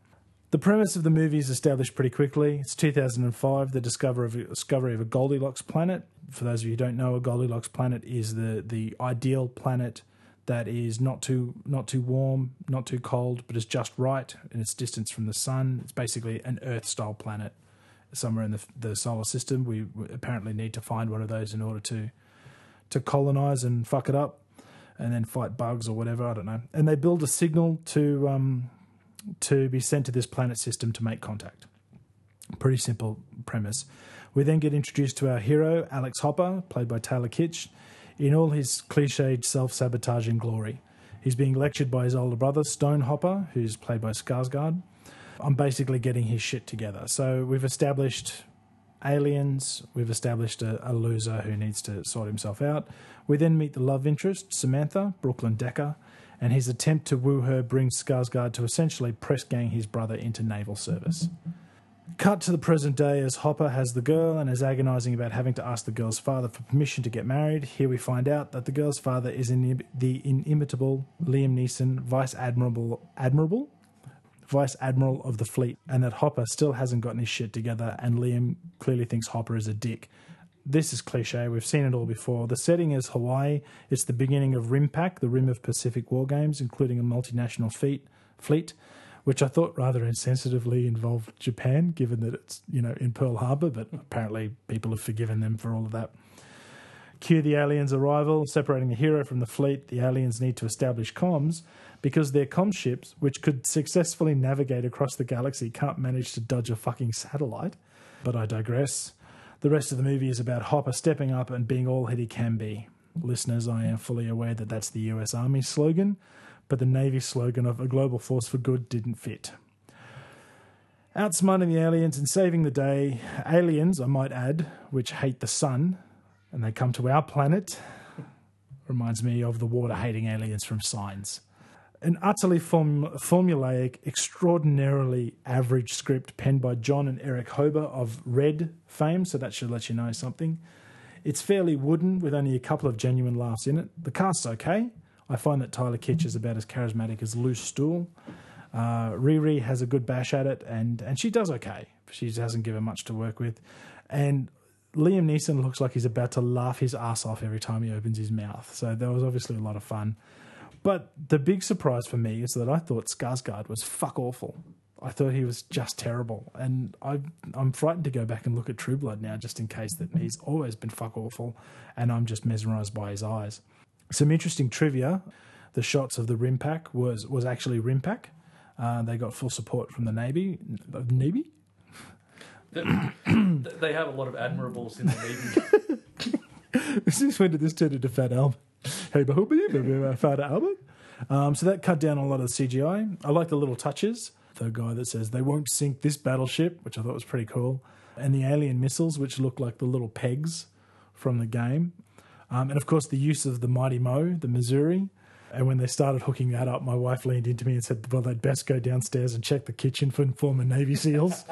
S2: The premise of the movie is established pretty quickly. It's 2005, the discover of, discovery of a Goldilocks planet. For those of you who don't know, a Goldilocks planet is the, the ideal planet that is not too not too warm, not too cold, but is just right in its distance from the sun. It's basically an Earth-style planet somewhere in the, the solar system. We apparently need to find one of those in order to to colonize and fuck it up, and then fight bugs or whatever. I don't know. And they build a signal to um, to be sent to this planet system to make contact. Pretty simple premise. We then get introduced to our hero, Alex Hopper, played by Taylor Kitsch, in all his cliched self sabotaging glory. He's being lectured by his older brother, Stone Hopper, who's played by Skarsgård, on basically getting his shit together. So we've established aliens. We've established a, a loser who needs to sort himself out. We then meet the love interest, Samantha, Brooklyn Decker, and his attempt to woo her brings Skarsgård to essentially press gang his brother into naval service. Cut to the present day as Hopper has the girl and is agonizing about having to ask the girl's father for permission to get married. Here we find out that the girl's father is inim- the inimitable Liam Neeson, Vice Admiral, Admirable? Vice Admiral of the Fleet, and that Hopper still hasn't gotten his shit together, and Liam clearly thinks Hopper is a dick. This is cliche, we've seen it all before. The setting is Hawaii, it's the beginning of RIMPAC, the Rim of Pacific War Games, including a multinational feat, fleet. which I thought rather insensitively involved Japan, given that it's you know in Pearl Harbor, but apparently people have forgiven them for all of that. Cue the aliens' arrival, separating the hero from the fleet. The aliens need to establish comms because their comm ships, which could successfully navigate across the galaxy, can't manage to dodge a fucking satellite. But I digress. The rest of the movie is about Hopper stepping up and being all that he can be. Listeners, I am fully aware that that's the US Army slogan, but the Navy slogan of a global force for good didn't fit. Outsmarting the aliens and saving the day, aliens, I might add, which hate the sun, and they come to our planet. Reminds me of the water hating aliens from Signs. An utterly form- formulaic, extraordinarily average script penned by John and Eric Hober of Red fame, so that should let you know something. It's fairly wooden with only a couple of genuine laughs in it. The cast's okay. I find that Tyler Kitsch is about as charismatic as Loose Stool. Uh, Riri has a good bash at it, and, and she does okay. She hasn't given much to work with. And Liam Neeson looks like he's about to laugh his ass off every time he opens his mouth. So that was obviously a lot of fun. But the big surprise for me is that I thought Skarsgård was fuck awful. I thought he was just terrible, and I, I'm frightened to go back and look at True Blood now, just in case that he's always been fuck awful, and I'm just mesmerised by his eyes. Some interesting trivia: the shots of the Rimpak was was actually Rimpak. Uh, they got full support from the Navy, Navy,
S1: Th- They have a lot of admirables in the meeting.
S2: Since when did this turn into Fat Albert? Hey, Bahoobie, baby, Fat Albert. Um, so that cut down on a lot of the CGI. I like the little touches. The guy that says they won't sink this battleship, which I thought was pretty cool, and the alien missiles, which look like the little pegs from the game, um, and of course the use of the Mighty Mo, the Missouri. And when they started hooking that up, my wife leaned into me and said, "Well, they'd best go downstairs and check the kitchen for former Navy SEALs."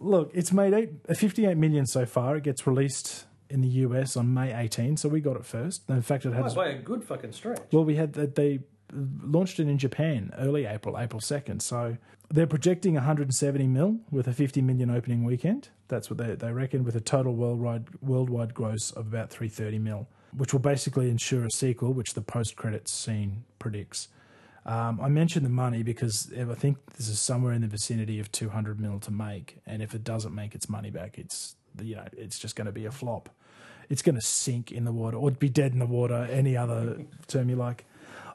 S2: look, it's made eight, 58 million so far. It gets released in the US on May 18, so we got it first. In fact, it had
S1: By a good fucking stretch.
S2: well, we had that they launched it in Japan early April, April 2nd. So they're projecting 170 mil with a 50 million opening weekend. That's what they, they reckon, with a total worldwide, worldwide gross of about 330 mil, which will basically ensure a sequel, which the post credits scene predicts. Um, I mentioned the money because I think this is somewhere in the vicinity of 200 mil to make, and if it doesn't make its money back, it's you know it's just going to be a flop. It's going to sink in the water or be dead in the water. Any other term you like.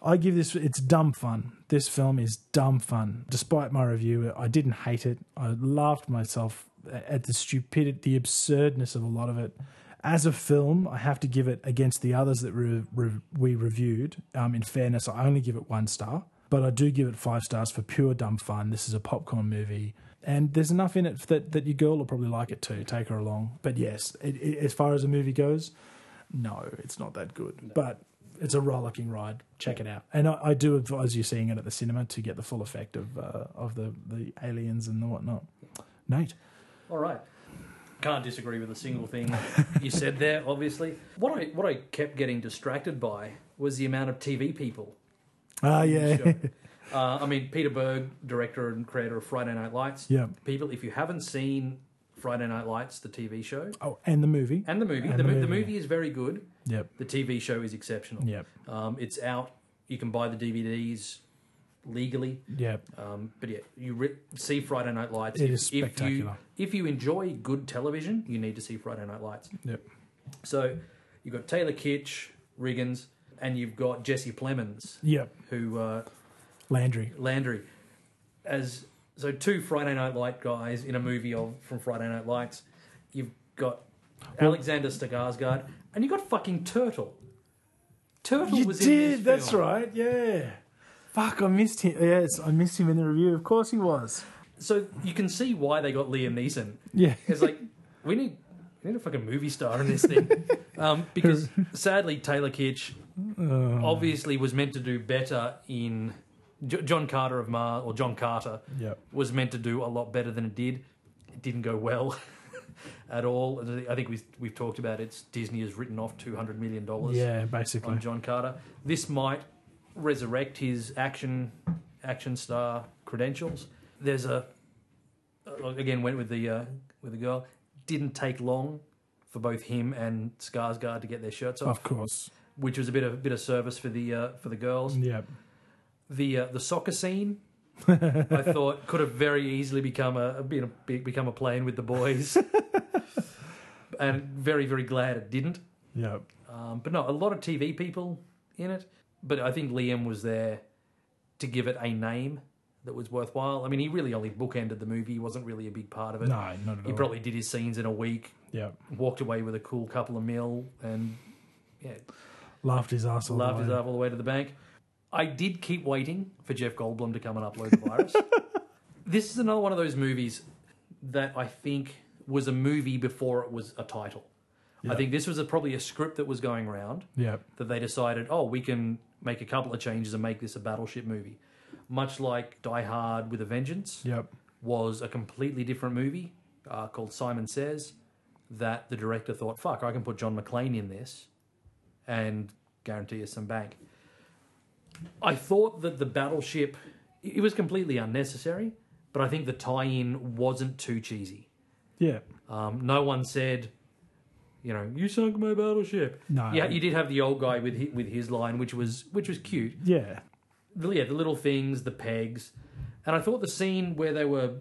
S2: I give this. It's dumb fun. This film is dumb fun. Despite my review, I didn't hate it. I laughed myself at the stupidity, the absurdness of a lot of it. As a film, I have to give it against the others that re- re- we reviewed. Um, in fairness, I only give it one star, but I do give it five stars for pure dumb fun. This is a popcorn movie, and there's enough in it that, that your girl will probably like it too. Take her along. But yes, it, it, as far as a movie goes, no, it's not that good. But it's a rollicking ride. Check it out. And I, I do advise you seeing it at the cinema to get the full effect of uh, of the, the aliens and the whatnot. Nate.
S1: All right. Can't disagree with a single thing you said there, obviously. What I, what I kept getting distracted by was the amount of TV people.
S2: Ah, yeah.
S1: Sure. Uh, I mean, Peter Berg, director and creator of Friday Night Lights.
S2: Yeah.
S1: People, if you haven't seen Friday Night Lights, the TV show,
S2: oh, and the movie.
S1: and the movie,
S2: And
S1: the,
S2: the
S1: mo- the
S2: movie.
S1: movie is very good.
S2: Yep.
S1: The TV show is exceptional.
S2: Yep.
S1: Um, it's out. You can buy the DVDs legally.
S2: Yep.
S1: Um, but yeah, you re- see Friday Night Lights.
S2: It
S1: if,
S2: is spectacular.
S1: If you, if you enjoy good television, you need to see Friday Night Lights.
S2: Yep.
S1: So you've got Taylor Kitsch, Riggins, and you've got Jesse Plemons,
S2: Yep.
S1: who uh,
S2: Landry.
S1: Landry, as so two Friday Night Light guys in a movie of from Friday Night Lights. You've got Alexander Skarsgård, and you have got fucking Turtle. Turtle
S2: You
S1: was in
S2: did.
S1: this
S2: That's
S1: film.
S2: right. Yeah. Fuck, I missed him. Yes, I missed him in the review. Of course he was.
S1: So you can see why they got Liam Neeson.
S2: Yeah.
S1: It's like we need we need a fucking movie star in this thing, um, because sadly Taylor Kitsch obviously was meant to do better in J- John Carter of Mars or John Carter
S2: Yep.
S1: was meant to do a lot better than it did. It didn't go well at all. And I think we've we've talked about it. It's- Disney has written off two hundred million dollars
S2: Yeah,
S1: on
S2: basically.
S1: John Carter. This might resurrect his action action star credentials. There's a again went with the uh, with the girl. Didn't take long for both him and Skarsgård to get their shirts off,
S2: Of course.
S1: which was a bit of bit of service for the uh, for the girls.
S2: Yep.
S1: The uh, the soccer scene I thought could have very easily become a been a be- become a playing with the boys, and very very glad it didn't.
S2: Yeah.
S1: Um, but no, a lot of TV people in it. But I think Liam was there to give it a name that was worthwhile. I mean, he really only bookended the movie. He wasn't really a big part of it.
S2: No, not at all.
S1: He probably did his scenes in a week,
S2: yeah.
S1: walked away with a cool couple of mil, and yeah,
S2: Laughed his ass off.
S1: laughed his ass all the way to the bank. I did keep waiting for Jeff Goldblum to come and upload the virus. this is another one of those movies that I think was a movie before it was a title. I think this was a, probably a script that was going around
S2: Yeah.
S1: that they decided, oh, we can make a couple of changes and make this a battleship movie. Much like Die Hard with a Vengeance
S2: Yep.
S1: was a completely different movie uh, called Simon Says that the director thought, fuck, I can put John McClane in this and guarantee us some bank. I thought that the battleship, it was completely unnecessary, but I think the tie in wasn't too cheesy.
S2: Yeah.
S1: Um, no one said, you know, you sunk my battleship.
S2: No.
S1: Yeah, you did have the old guy with his, with his line, which was which was cute.
S2: Yeah.
S1: The- Yeah, the little things, the pegs, and I thought the scene where they were,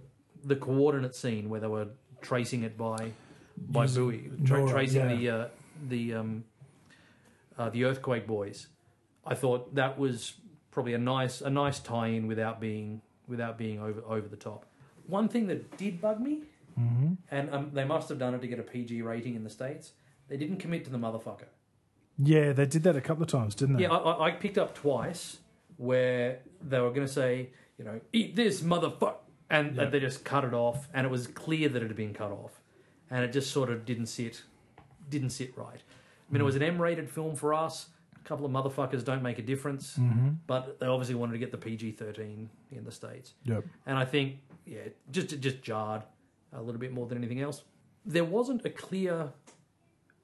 S1: the coordinate scene where they were tracing it by by buoy, tra-
S2: NORAD,
S1: tracing
S2: yeah.
S1: the uh, the um, uh, the earthquake boys. I thought that was probably a nice a nice tie-in without being without being over over the top. One thing that did bug me, and um, they must have done it to get a PG rating in the states. They didn't commit to the motherfucker.
S2: Yeah. They did that a couple of times, didn't they?
S1: Yeah, I- I, I picked up twice where they were going to say, you know, eat this motherfucker, and
S2: Yeah.
S1: they just cut it off, and it was clear that it had been cut off, and it just sort of didn't sit, didn't sit right. I
S2: Mm.
S1: mean, it was an M-rated film for us. A couple of motherfuckers don't make a difference,
S2: Mm-hmm.
S1: but they obviously wanted to get the PG-13 in the states
S2: Yep.
S1: and I think yeah, it just it just jarred a little bit more than anything else. There wasn't a clear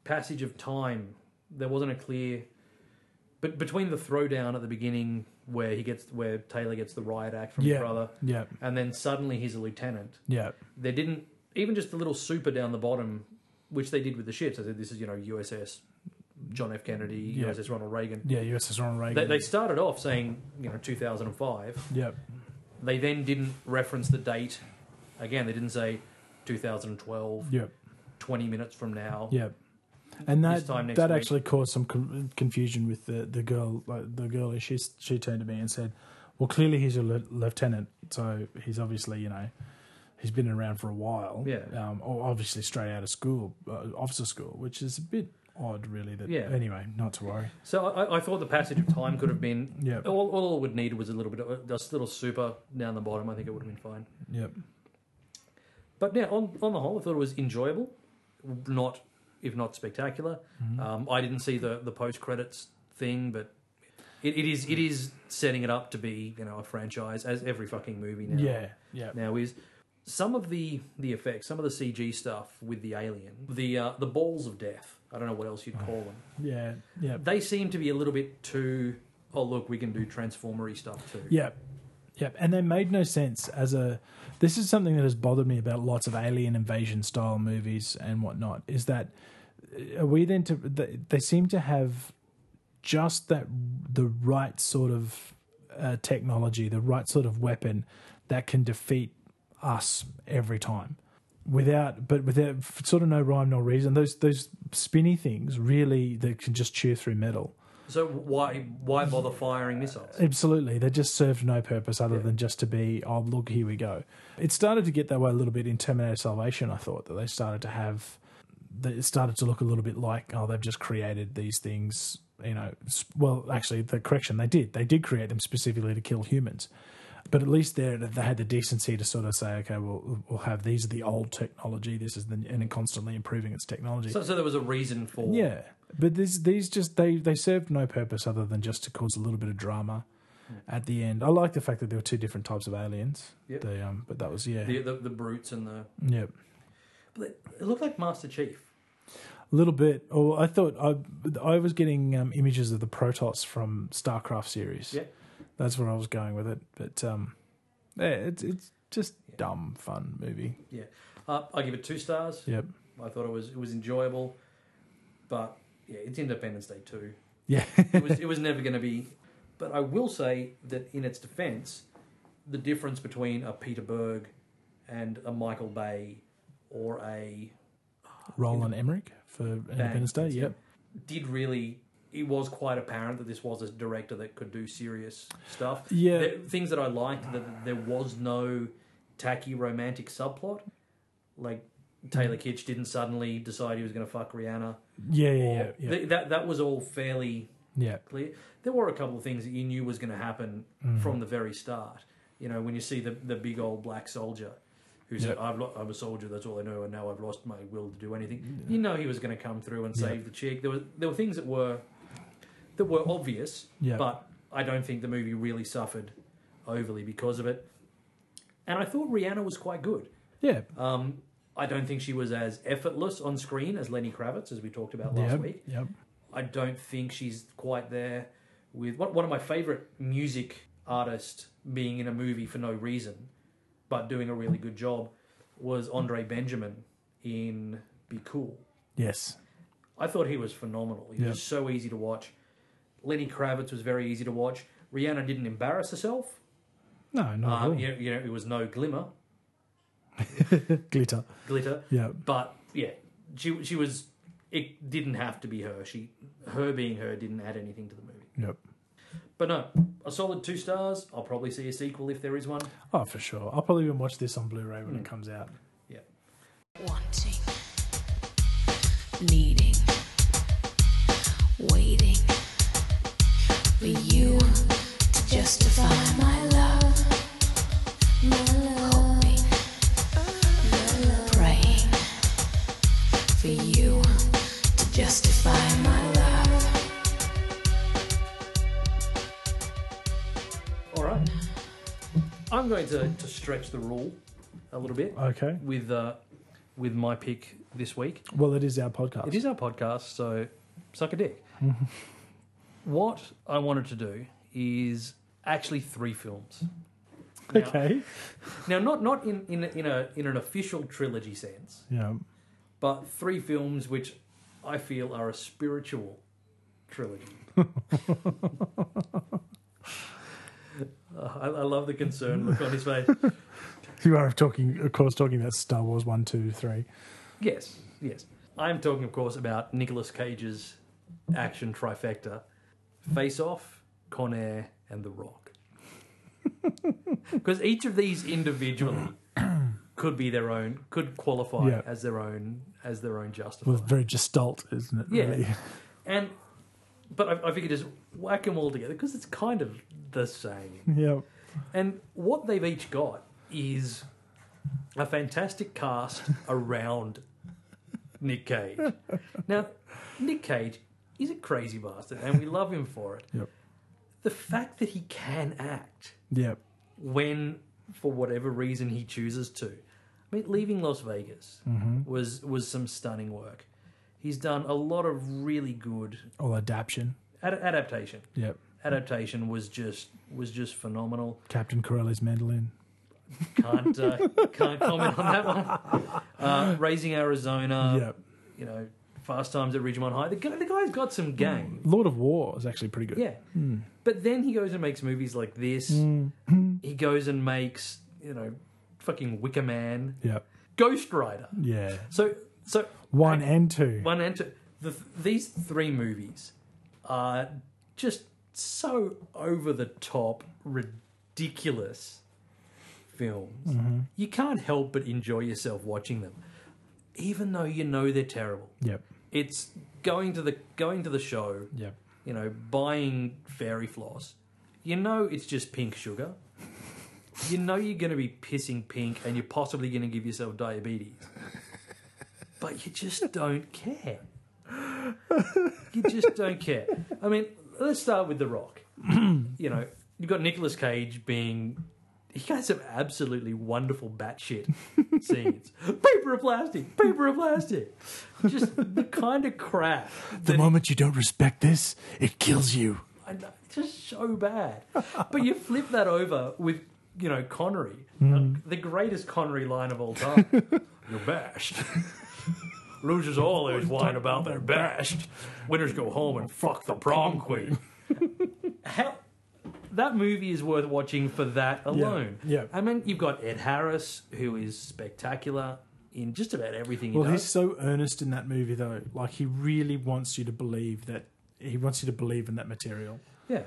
S1: passage of time. There wasn't a clear, but between the throwdown at the beginning where he gets where Taylor gets the riot act from
S2: Yeah.
S1: his brother,
S2: Yeah.
S1: and then suddenly he's a lieutenant.
S2: Yeah.
S1: They didn't even just the little super down the bottom, which they did with the ships. I said this is you know USS John F Kennedy,
S2: Yeah.
S1: USS Ronald Reagan.
S2: Yeah. USS Ronald
S1: They,
S2: Reagan.
S1: they started off saying you know 2005.
S2: Yep.
S1: They then didn't reference the date. Again, they didn't say 2012,
S2: Yep.
S1: 20 minutes from now.
S2: Yep. And
S1: This
S2: that
S1: time next
S2: that
S1: week.
S2: actually caused some con- confusion with the the girl. Like the girl, she she turned to me and said, "Well, clearly he's a lieu- lieutenant, so he's obviously you know he's been around for a while.
S1: Yeah.
S2: um, or obviously straight out of school, uh, officer school, which is a bit odd, really. That
S1: Yeah.
S2: Anyway, not to worry.
S1: So I, I thought the passage of time could have been.
S2: Yeah.
S1: All, all it would need was a little bit of just a little super down the bottom. I think it would have been fine.
S2: Yep.
S1: But yeah, on, on the whole, I thought it was enjoyable, not if not spectacular.
S2: Mm-hmm.
S1: Um, I didn't see the, the post credits thing, but it, it is it is setting it up to be you know a franchise as every fucking movie now.
S2: Yeah. Yeah.
S1: now is some of the the effects, some of the CG stuff with the alien, the uh, the balls of death. I don't know what else you'd call them.
S2: Yeah. Yeah.
S1: They seem to be a little bit too. Oh look, we can do transformery stuff too.
S2: Yep. Yep. And they made no sense as a. This is something that has bothered me about lots of alien invasion style movies and whatnot is that uh, are we then to. They, they seem to have just that the right sort of uh, technology, the right sort of weapon that can defeat us every time without but without sort of no rhyme nor reason those those spinny things really that can just chew through metal
S1: So why why bother firing missiles?
S2: Absolutely. They just served no purpose other than just to be, oh, look, here we go. It started to get that way a little bit in Terminator Salvation, I thought, that they started to have, that it started to look a little bit like, oh, they've just created these things, you know. s- Well, actually, the correction, they did. They did create them specifically to kill humans. But at least there, they had the decency to sort of say, okay, well, we'll have these are the old technology. This is the, and constantly improving its technology.
S1: So, so there was a reason for
S2: Yeah, but these these just they they served no purpose other than just to cause a little bit of drama
S1: Hmm.
S2: at the end. I like the fact that there were two different types of aliens.
S1: Yep.
S2: They, um, but that was yeah,
S1: the, the the brutes and the
S2: yep.
S1: But it- it looked like Master Chief.
S2: A little bit. Or I thought I I was getting um, images of the Protoss from StarCraft series.
S1: Yeah.
S2: that's where I was going with it. But um, yeah, it's it's just dumb fun movie.
S1: Yeah, uh, I give it two stars.
S2: Yep.
S1: I thought it was it was enjoyable, but yeah, it's Independence Day too.
S2: Yeah.
S1: it was it was never going to be. But I will say that in its defence, the difference between a Peter Berg and a Michael Bay or a
S2: Roland Emmerich for Independence Day.
S1: that's it.
S2: Yep.
S1: did really it was quite apparent that this was a director that could do serious stuff.
S2: Yeah.
S1: There- things that I liked that there was no tacky romantic subplot. Like
S2: Mm.
S1: Taylor Kitsch didn't suddenly decide he was going to fuck Rihanna.
S2: Yeah, yeah, yeah. yeah.
S1: Th- that that was all fairly
S2: yeah.
S1: clear. There were a couple of things that you knew was going to happen from the very start. You know, when you see the, the big old black soldier who said,
S2: Yep.
S1: I've lo- I'm a soldier, that's all I know, and now I've lost my will to do anything. You know he was going to come through and save the chick. There, was, there were things that were that were obvious,
S2: Yep.
S1: but I don't think the movie really suffered overly because of it. And I thought Rihanna was quite good.
S2: Yeah.
S1: Um, I don't think she was as effortless on screen as Lenny Kravitz, as we talked about last
S2: yep.
S1: week.
S2: Yep.
S1: I don't think she's quite there with one one of my favorite music artists being in a movie for no reason, but doing a really good job was Andre Benjamin in Be Cool.
S2: Yes.
S1: I thought he was phenomenal. He
S2: Yeah.
S1: was so easy to watch. Lenny Kravitz was very easy to watch. Rihanna didn't embarrass herself.
S2: No, not at
S1: Uh,
S2: all.
S1: you, know, you know, it was no glimmer,
S2: Glitter.
S1: glitter.
S2: Yeah.
S1: But yeah, she she was. It didn't have to be her. She her being her didn't add anything to the movie.
S2: Yep.
S1: But no, a solid two stars. I'll probably see a sequel if there is one.
S2: Oh, for sure. I'll probably even watch this on Blu-ray when
S1: Hmm.
S2: it comes out.
S1: Yeah.
S5: Wanting, needing, waiting for you to justify my love. Hoping, praying for you to justify my love.
S1: All right. I'm going to, to stretch the rule a little bit
S2: Okay.
S1: with uh, with my pick this week.
S2: Well, it is our podcast.
S1: It is our podcast, so suck a dick. what I wanted to do is actually three films. Now-
S2: Okay.
S1: Now, not not in in a- in a in an official trilogy sense,
S2: Yeah.
S1: but three films which I feel are a spiritual trilogy. Uh, I, I love the concern look on his face.
S2: You are talking, of course, talking about Star Wars one, two, three.
S1: Yes, yes. I'm talking, of course, about Nicolas Cage's action trifecta Face Off, Con Air, and The Rock. Because each of these individually could be their own, could qualify
S2: Yeah.
S1: as their own, as their own justified.
S2: Well, it's very gestalt, isn't it?
S1: Yeah.
S2: Really?
S1: And but I, I figured just whack them all together because it's kind of the same.
S2: Yeah.
S1: And what they've each got is a fantastic cast around Nick Cage. Now, Nick Cage is a crazy bastard, and we love him for it.
S2: Yep.
S1: The fact that he can act
S2: Yeah.
S1: when, for whatever reason, he chooses to. I mean, leaving Las Vegas was was some stunning work. He's done a lot of really good
S2: Or adaption.
S1: Ad- adaptation.
S2: Yep.
S1: Adaptation was just was just phenomenal.
S2: Captain Corelli's mandolin.
S1: Can't uh, can't comment on that one. Uh, Raising Arizona.
S2: yep.
S1: You know, Fast Times at Ridgemont High. The, guy, the guy's got some game.
S2: Lord of War is actually pretty good.
S1: Yeah. But then he goes and makes movies like this.
S2: Mm. Mm-hmm.
S1: He goes and makes you know, fucking Wicker Man,
S2: Yep.
S1: Ghost Rider.
S2: Yeah.
S1: So so
S2: One and two.
S1: one and two. The, these three movies are just so over the top, ridiculous films. You can't help but enjoy yourself watching them, even though you know they're terrible.
S2: Yep.
S1: It's going to the going to the show,
S2: Yep.
S1: you know, buying fairy floss. You know it's just pink sugar. You know you're going to be pissing pink and you're possibly going to give yourself diabetes. But you just don't care. You just don't care. I mean, let's start with The Rock. You know, you've got Nicolas Cage being. He has some absolutely wonderful batshit scenes. Paper of plastic, paper of plastic. Just the kind of crap
S2: The moment you don't respect this, it kills you.
S1: I know, it's just so bad. But you flip that over with, you know, Connery,
S2: Hmm.
S1: the greatest Connery line of all time. You're bashed. Losers always whine about their bashed. Winners go home and fuck the prom queen. How that movie is worth watching for that alone.
S2: yeah.
S1: I mean, you've got Ed Harris, who is spectacular in just about everything he
S2: Well, he's
S1: does.
S2: so earnest in that movie, though. Like he really wants you to believe that he wants you to believe in that material.
S1: Yeah.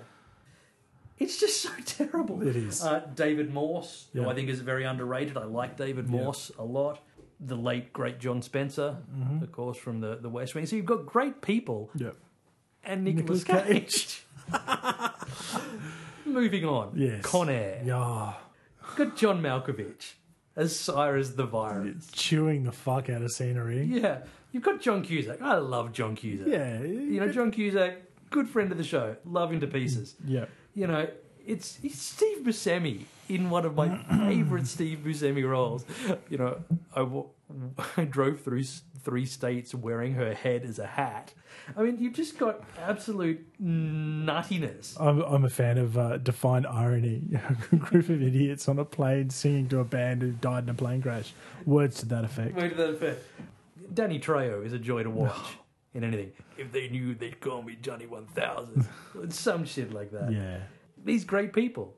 S1: It's just so terrible.
S2: It is.
S1: Uh, David Morse, who
S2: Yeah.
S1: I think is very underrated. I like David Morse a lot. The late, great John Spencer,
S2: Mm-hmm.
S1: of course, from the, the West Wing. So you've got great people
S2: Yeah,
S1: and Nicolas,
S2: Nicolas
S1: Cage. Moving on.
S2: Yes.
S1: Con Air.
S2: yeah,
S1: Got John Malkovich as Cyrus the Virus.
S2: chewing the fuck out of scenery.
S1: Yeah. You've got John Cusack. I love John Cusack.
S2: Yeah,
S1: You know, John Cusack, good friend of the show. Love him to pieces.
S2: yeah.
S1: You know, it's, it's Steve Buscemi in one of my favorite Steve Buscemi roles. You know, I, wa- I drove through s- three states wearing her head as a hat. I mean, you've just got absolute nuttiness.
S2: I'm, I'm a fan of uh, defined irony. a group of idiots on a plane singing to a band who died in a plane crash. Words to that effect.
S1: Wait, that fair. Danny Trejo is a joy to watch in anything. If they knew, they'd call me Johnny 1000. Some shit like that.
S2: Yeah,
S1: These great people.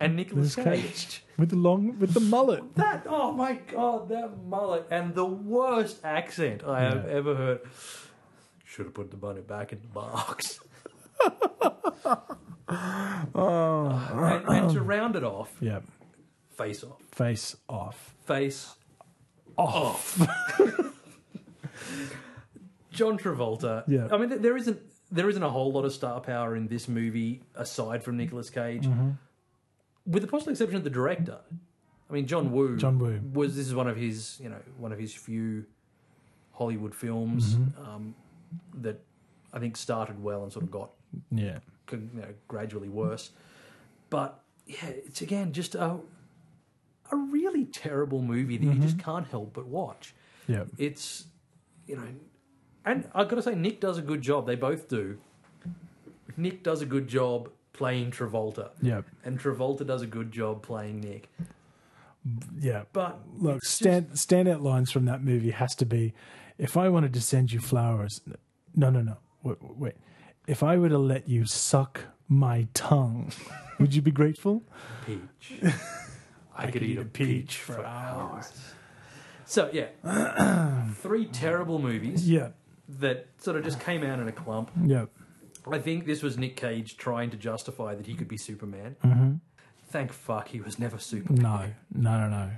S1: And Nicolas
S2: Nicolas
S1: Cage.
S2: with the long with the mullet.
S1: That, oh my god, that mullet and the worst accent I have
S2: Yeah.
S1: ever heard. Should have put the money back in the box.
S2: Oh,
S1: and, and to round it off,
S2: yeah.
S1: face off.
S2: Face off.
S1: Face off. John Travolta.
S2: Yeah.
S1: I mean, th- there isn't there isn't a whole lot of star power in this movie aside from Nicolas Cage,
S2: Mm-hmm.
S1: with the possible exception of the director. I mean, John Woo.
S2: John Woo.
S1: was this is one of his you know one of his few Hollywood films
S2: Mm-hmm.
S1: um, that I think started well and sort of got
S2: Yeah.
S1: con- you know, gradually worse. But yeah, it's again just a a really terrible movie that you just can't help but watch.
S2: Yeah.
S1: It's you know, and I've got to say Nick does a good job. They both do. Nick does a good job playing Travolta,
S2: Yeah.
S1: and Travolta does a good job playing Nick.
S2: Yeah.
S1: But
S2: Look,
S1: it's just-
S2: stand, standout lines from that movie has to be, if I wanted to send you flowers, no, no, no, wait, wait, wait. If I were to let you suck my tongue, would you be grateful?
S1: peach. I, could, eat, a peach, for, hours. So yeah, three terrible movies
S2: Yeah,
S1: that sort of just came out in a clump.
S2: yeah,
S1: I think this was Nick Cage trying to justify that he could be Superman.
S2: Mm-hmm.
S1: Thank fuck he was never Superman.
S2: no, no, no,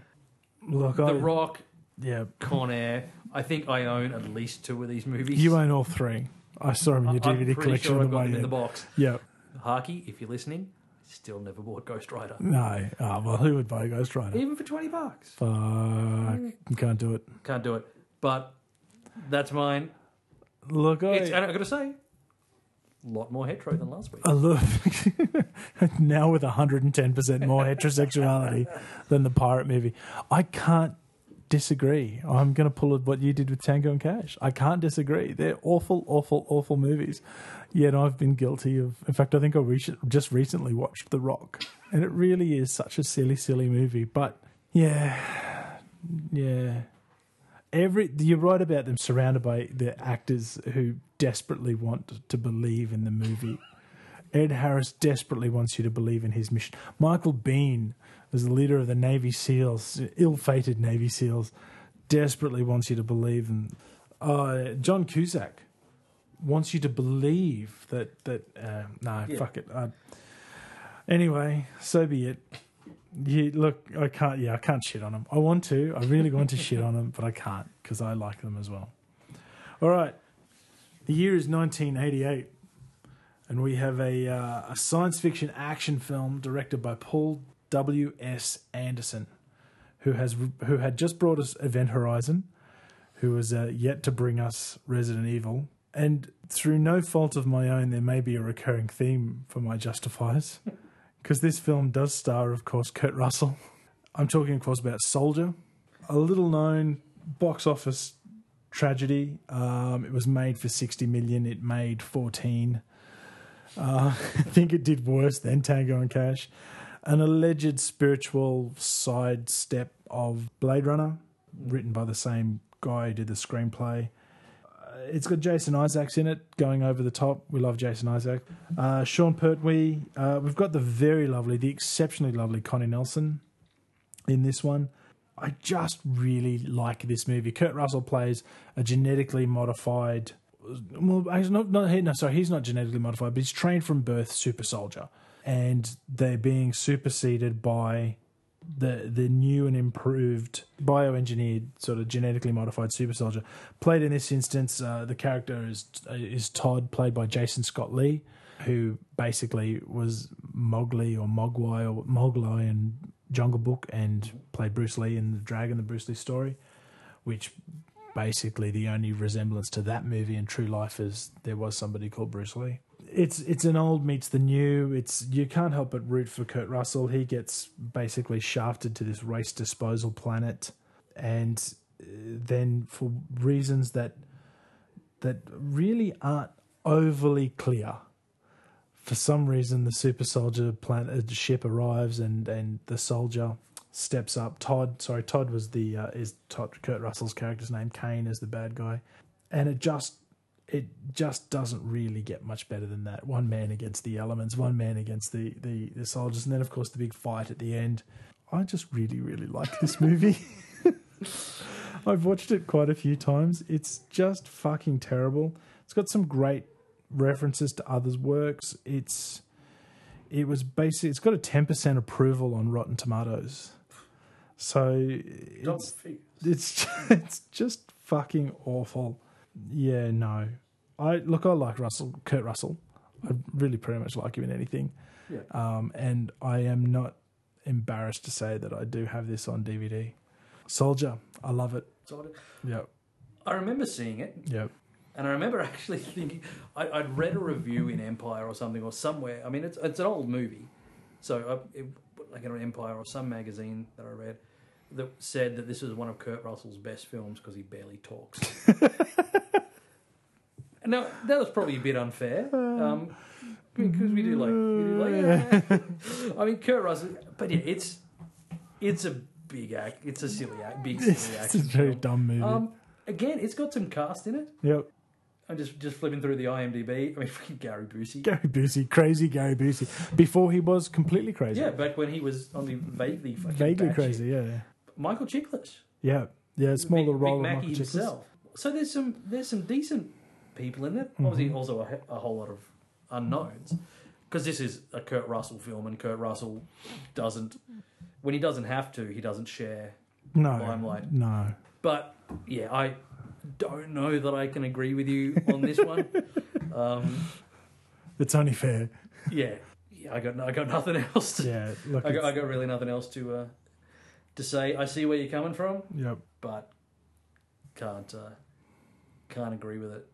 S2: no. Look, I,
S1: The Rock,
S2: yeah,
S1: Con Air. I think I own at least two of these movies.
S2: you own all three. I saw them in your
S1: I'm
S2: DVD
S1: pretty
S2: collection
S1: sure
S2: on
S1: I've
S2: the
S1: got
S2: way
S1: them in
S2: in.
S1: the box.
S2: yeah,
S1: Harky, if you're listening, still never bought Ghost Rider,
S2: no, oh, well, who would buy a Ghost Rider?
S1: even for twenty bucks.
S2: Fuck, can't do it.
S1: Can't do it. But that's mine.
S2: Look, I,
S1: It's, and I've got to say, a lot more hetero than last week.
S2: I love now with 110% more heterosexuality than the pirate movie. I can't disagree. I'm going to pull at what you did with Tango and Cash. I can't disagree. They're awful, awful, awful movies. Yet I've been guilty of. In fact, I think I rec- just recently watched The Rock, and it really is such a silly, silly movie. But yeah, yeah. Every you're right about them surrounded by the actors who desperately want to believe in the movie. Ed Harris desperately wants you to believe in his mission. Michael Bean, as the leader of the Navy SEALs, ill-fated Navy SEALs, desperately wants you to believe in. Uh, John Cusack wants you to believe that that uh, no, fuck it. Uh, anyway, so be it. You, look, I can't. Yeah, I can't shit on them. I want to. I really want to shit on them, but I can't because I like them as well. All right. The year is 1988 and we have a, uh, a science fiction action film directed by Paul W. S. Anderson, who has who had just brought us Event Horizon, who is uh, yet to bring us Resident Evil, and through no fault of my own, there may be a recurring theme for my justifiers, because this film does star, of course, Kurt Russell. I'm talking, of course, about Soldier, a little known box office tragedy. Um, it was made for 60 million. It made 14. I think it did worse than Tango and Cash. An alleged spiritual sidestep of Blade Runner, written by the same guy who did the screenplay. Uh, it's got Jason Isaacs in it, going over the top. We love Jason Isaac. Uh, Sean Pertwee. Uh, we've got the very lovely, the exceptionally lovely Connie Nelson in this one. I just really like this movie. Kurt Russell plays a genetically modified. Well, he's not, not he, no, sorry, he's not genetically modified, but he's trained from birth super soldier, and they're being superseded by the the new and improved bioengineered sort of genetically modified super soldier played in this instance uh, the character is uh, is Todd played by Jason Scott Lee who basically was Mowgli or Mogwai or Mogli in Jungle Book and played Bruce Lee in the Dragon the Bruce Lee story which basically the only resemblance to that movie in true life is there was somebody called Bruce Lee. It's it's an old meets the new. It's you can't help but root for Kurt Russell. He gets basically shafted to this race disposal planet, and uh, then for reasons that that really aren't overly clear, for some reason the super soldier planet uh, ship arrives and and the soldier steps up todd sorry todd was the uh, is todd kurt russell's character's name kane is the bad guy and it just it just doesn't really get much better than that one man against the elements one man against the the, the soldiers and then of course the big fight at the end i just really really like this movie I've watched it quite a few times. It's just fucking terrible. It's got some great references to others' works. It's it was basically it's got a ten percent approval on Rotten Tomatoes, so it's it's it's just fucking awful. Yeah, no. I look. I like Russell, Kurt Russell. I really pretty much like him in anything.
S1: Yeah.
S2: Um, and I am not embarrassed to say that I do have this on DVD. Soldier, I love it.
S1: So
S2: Yep,
S1: I I remember seeing it,
S2: yep.
S1: and I remember actually thinking I, I'd read a review in Empire or something or somewhere. I mean, it's it's an old movie, so I, it, like in Empire or some magazine that I read that said that this was one of Kurt Russell's best films because he barely talks. now that was probably a bit unfair.
S2: Uh.
S1: Um, because we do like, we do like I mean, Kurt Russell, but yeah, it's it's a big act. It's a silly act, big silly
S2: It's a
S1: action.
S2: very
S1: film.
S2: dumb movie.
S1: Um, again, it's got some cast in it.
S2: yep.
S1: I'm just just flipping through the IMDb. I mean, freaking Gary Busey.
S2: Gary Busey, crazy Gary Busey. Before he was completely crazy.
S1: yeah, back when he was on the vaguely fucking
S2: Vaguely
S1: batshit.
S2: crazy, yeah.
S1: Michael Chiklis,
S2: Yeah. Yeah, smaller
S1: Big,
S2: role
S1: Big
S2: of
S1: Mackie
S2: Michael Chiklis.
S1: himself. So there's some there's some decent people in
S2: Mm-hmm.
S1: it. Obviously, also a, he- a whole lot of unknowns because this is a Kurt Russell film, and Kurt Russell doesn't when he doesn't have to, he doesn't share.
S2: No.
S1: Limelight.
S2: No.
S1: But yeah, I don't know that I can agree with you on this one. um,
S2: It's only fair.
S1: yeah, yeah, I got I got nothing else to
S2: Yeah. Look,
S1: I got, I
S2: it's-
S1: got really nothing else to uh, to say. I see where you're coming from,
S2: Yep.
S1: but can't uh, can't agree with it.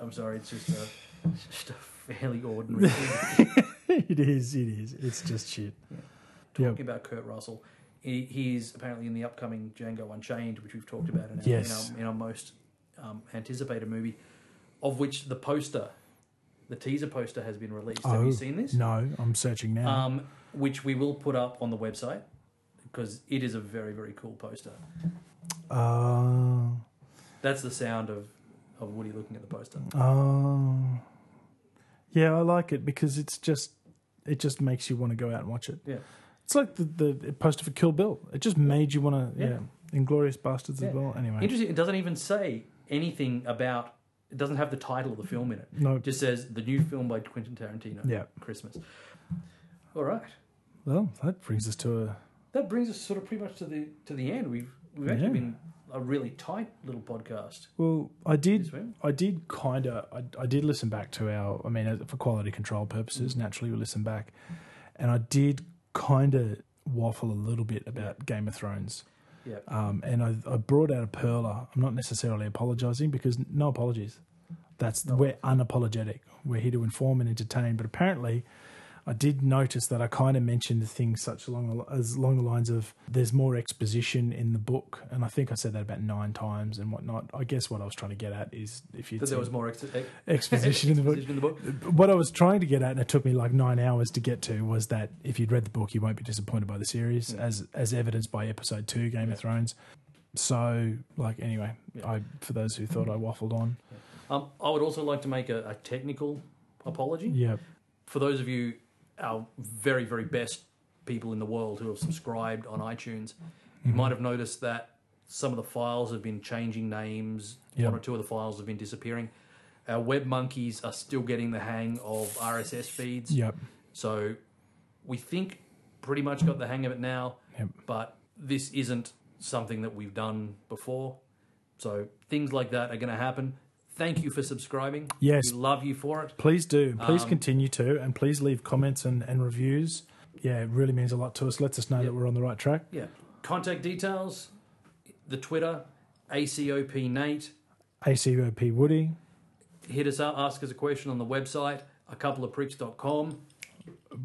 S1: I'm sorry, it's just a, it's just a fairly ordinary thing.
S2: it is. It is. It's just shit. Yep.
S1: Talking about Kurt Russell, he, he's apparently in the upcoming Django Unchained, which we've talked about in our,
S2: Yes.
S1: in our, in our most um, anticipated movie, of which the poster, the teaser poster, has been released. Have
S2: Oh,
S1: you seen this?
S2: No, I'm searching now.
S1: um, which we will put up on the website because it is a very very cool poster.
S2: Oh.
S1: Um, That's the sound of, of Woody looking at the poster.
S2: oh. Uh, Yeah, I like it because it's just it just makes you want to go out and watch it.
S1: Yeah.
S2: It's like the, the poster for Kill Bill. It just made you want to. Yeah.
S1: Yeah.
S2: Inglorious Bastards
S1: Yeah.
S2: as well. Anyway.
S1: Interesting. It doesn't even say anything about. It doesn't have the title of the film in it.
S2: No.
S1: It just says the new film by Quentin Tarantino.
S2: Yeah.
S1: Christmas. All right.
S2: Well, that brings us to a
S1: That brings us sort of pretty much to the to the end. We've we've actually
S2: Yeah.
S1: been a really tight little podcast.
S2: Well, I
S1: Yes,
S2: did.
S1: ma'am.
S2: I did kind of. I, I did listen back to our. I mean, as- for quality control purposes, naturally we listen back, and I did kind of waffle a little bit about Game of Thrones.
S1: Yeah.
S2: Um, and I, I brought out a perler. I'm not necessarily apologising because no apologies. That's we're unapologetic. We're here to inform and entertain. But apparently, I did notice that I kind of mentioned things such along the, as along the lines of there's more exposition in the book, and I think I said that about nine times and whatnot. I guess what I was trying to get at is if you
S1: That there was more ex- ex-
S2: exposition in the book.
S1: exposition in the book.
S2: What I was trying to get at, and it took me like nine hours to get to, was that if you'd read the book, you won't be disappointed by the series, as as evidenced by episode two, Game of Thrones. So, like, anyway, I for those who thought I waffled on,
S1: Um, I would also like to make a, a technical apology
S2: Yeah.
S1: for those of you, our very, very best people in the world who have subscribed on iTunes,
S2: Mm-hmm.
S1: you might have noticed that some of the files have been changing names.
S2: Yep.
S1: One or two of the files have been disappearing. Our web monkeys are still getting the hang of RSS feeds.
S2: Yep.
S1: So we think pretty much got the hang of it now,
S2: Yep.
S1: but this isn't something that we've done before. So things like that are going to happen. Thank you for subscribing.
S2: Yes.
S1: We love you for it.
S2: Please do. Please continue to, and please leave comments and, and reviews. Yeah, it really means a lot to us. Lets us know that we're on the right track.
S1: Yeah. Contact details, the Twitter, ACOP Nate.
S2: ACOP Woody,
S1: Hit us up, ask us a question on the website, a couple of pricks.com.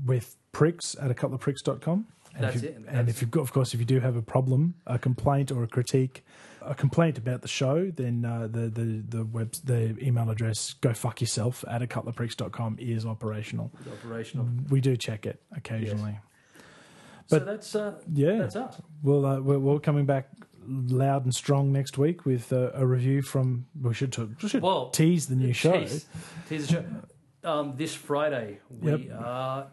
S2: with pricks at a couple of pricks.com. And
S1: That's
S2: if you,
S1: it.
S2: and if you've got, of course, if you do have a problem, a complaint or a critique, a complaint about the show, then uh, the, the, the web, the email address, go fuck yourself at a couple of pricks.com is operational.
S1: Operational.
S2: We do check it occasionally.
S1: so
S2: But-
S1: that's uh,
S2: Yeah.
S1: that's us.
S2: Well, uh, we're, we're coming back loud and strong next week with uh, a review from, we should, talk, we should
S1: Well,
S2: tease the new show.
S1: Jeez. Tease the show. Um, this Friday, we are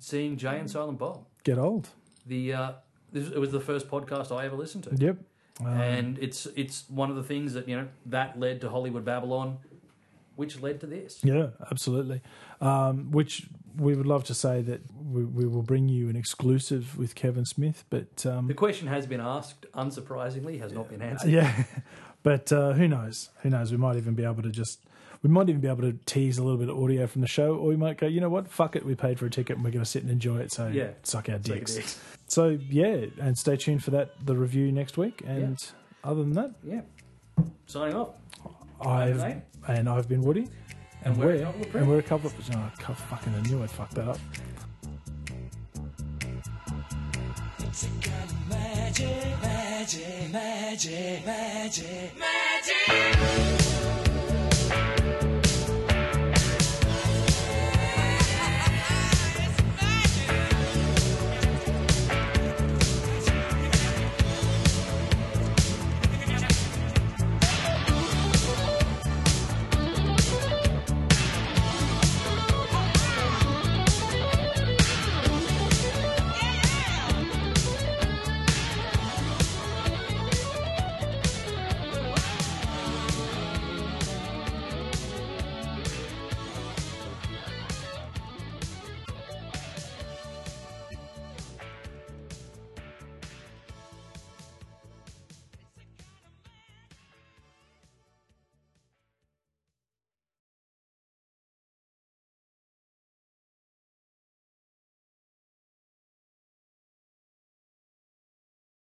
S1: seeing Jay and Silent Bob.
S2: Get old.
S1: The uh, this, It was the first podcast I ever listened to.
S2: Yep.
S1: and it's it's one of the things that, you know, that led to Hollywood Babylon, which led to this.
S2: Yeah, absolutely. Um, which we would love to say that we, we will bring you an exclusive with Kevin Smith, but um,
S1: The question has been asked, unsurprisingly, has not been answered.
S2: yeah, but uh, who knows? Who knows? We might even be able to just. We might even be able to tease a little bit of audio from the show, or we might go, you know what, fuck it, we paid for a ticket and we're going to sit and enjoy it, so
S1: Yeah.
S2: suck our
S1: Take it
S2: dicks.
S1: easy.
S2: So, yeah, and stay tuned for that, the review next week. And other than that,
S1: Yeah. Signing off.
S2: I've,
S1: Nate.
S2: and I've been Woody.
S1: And we're a couple of
S2: and we're a couple of, oh, I fucking knew I'd fuck that up.
S6: magic, magic, magic, magic.
S4: Magic.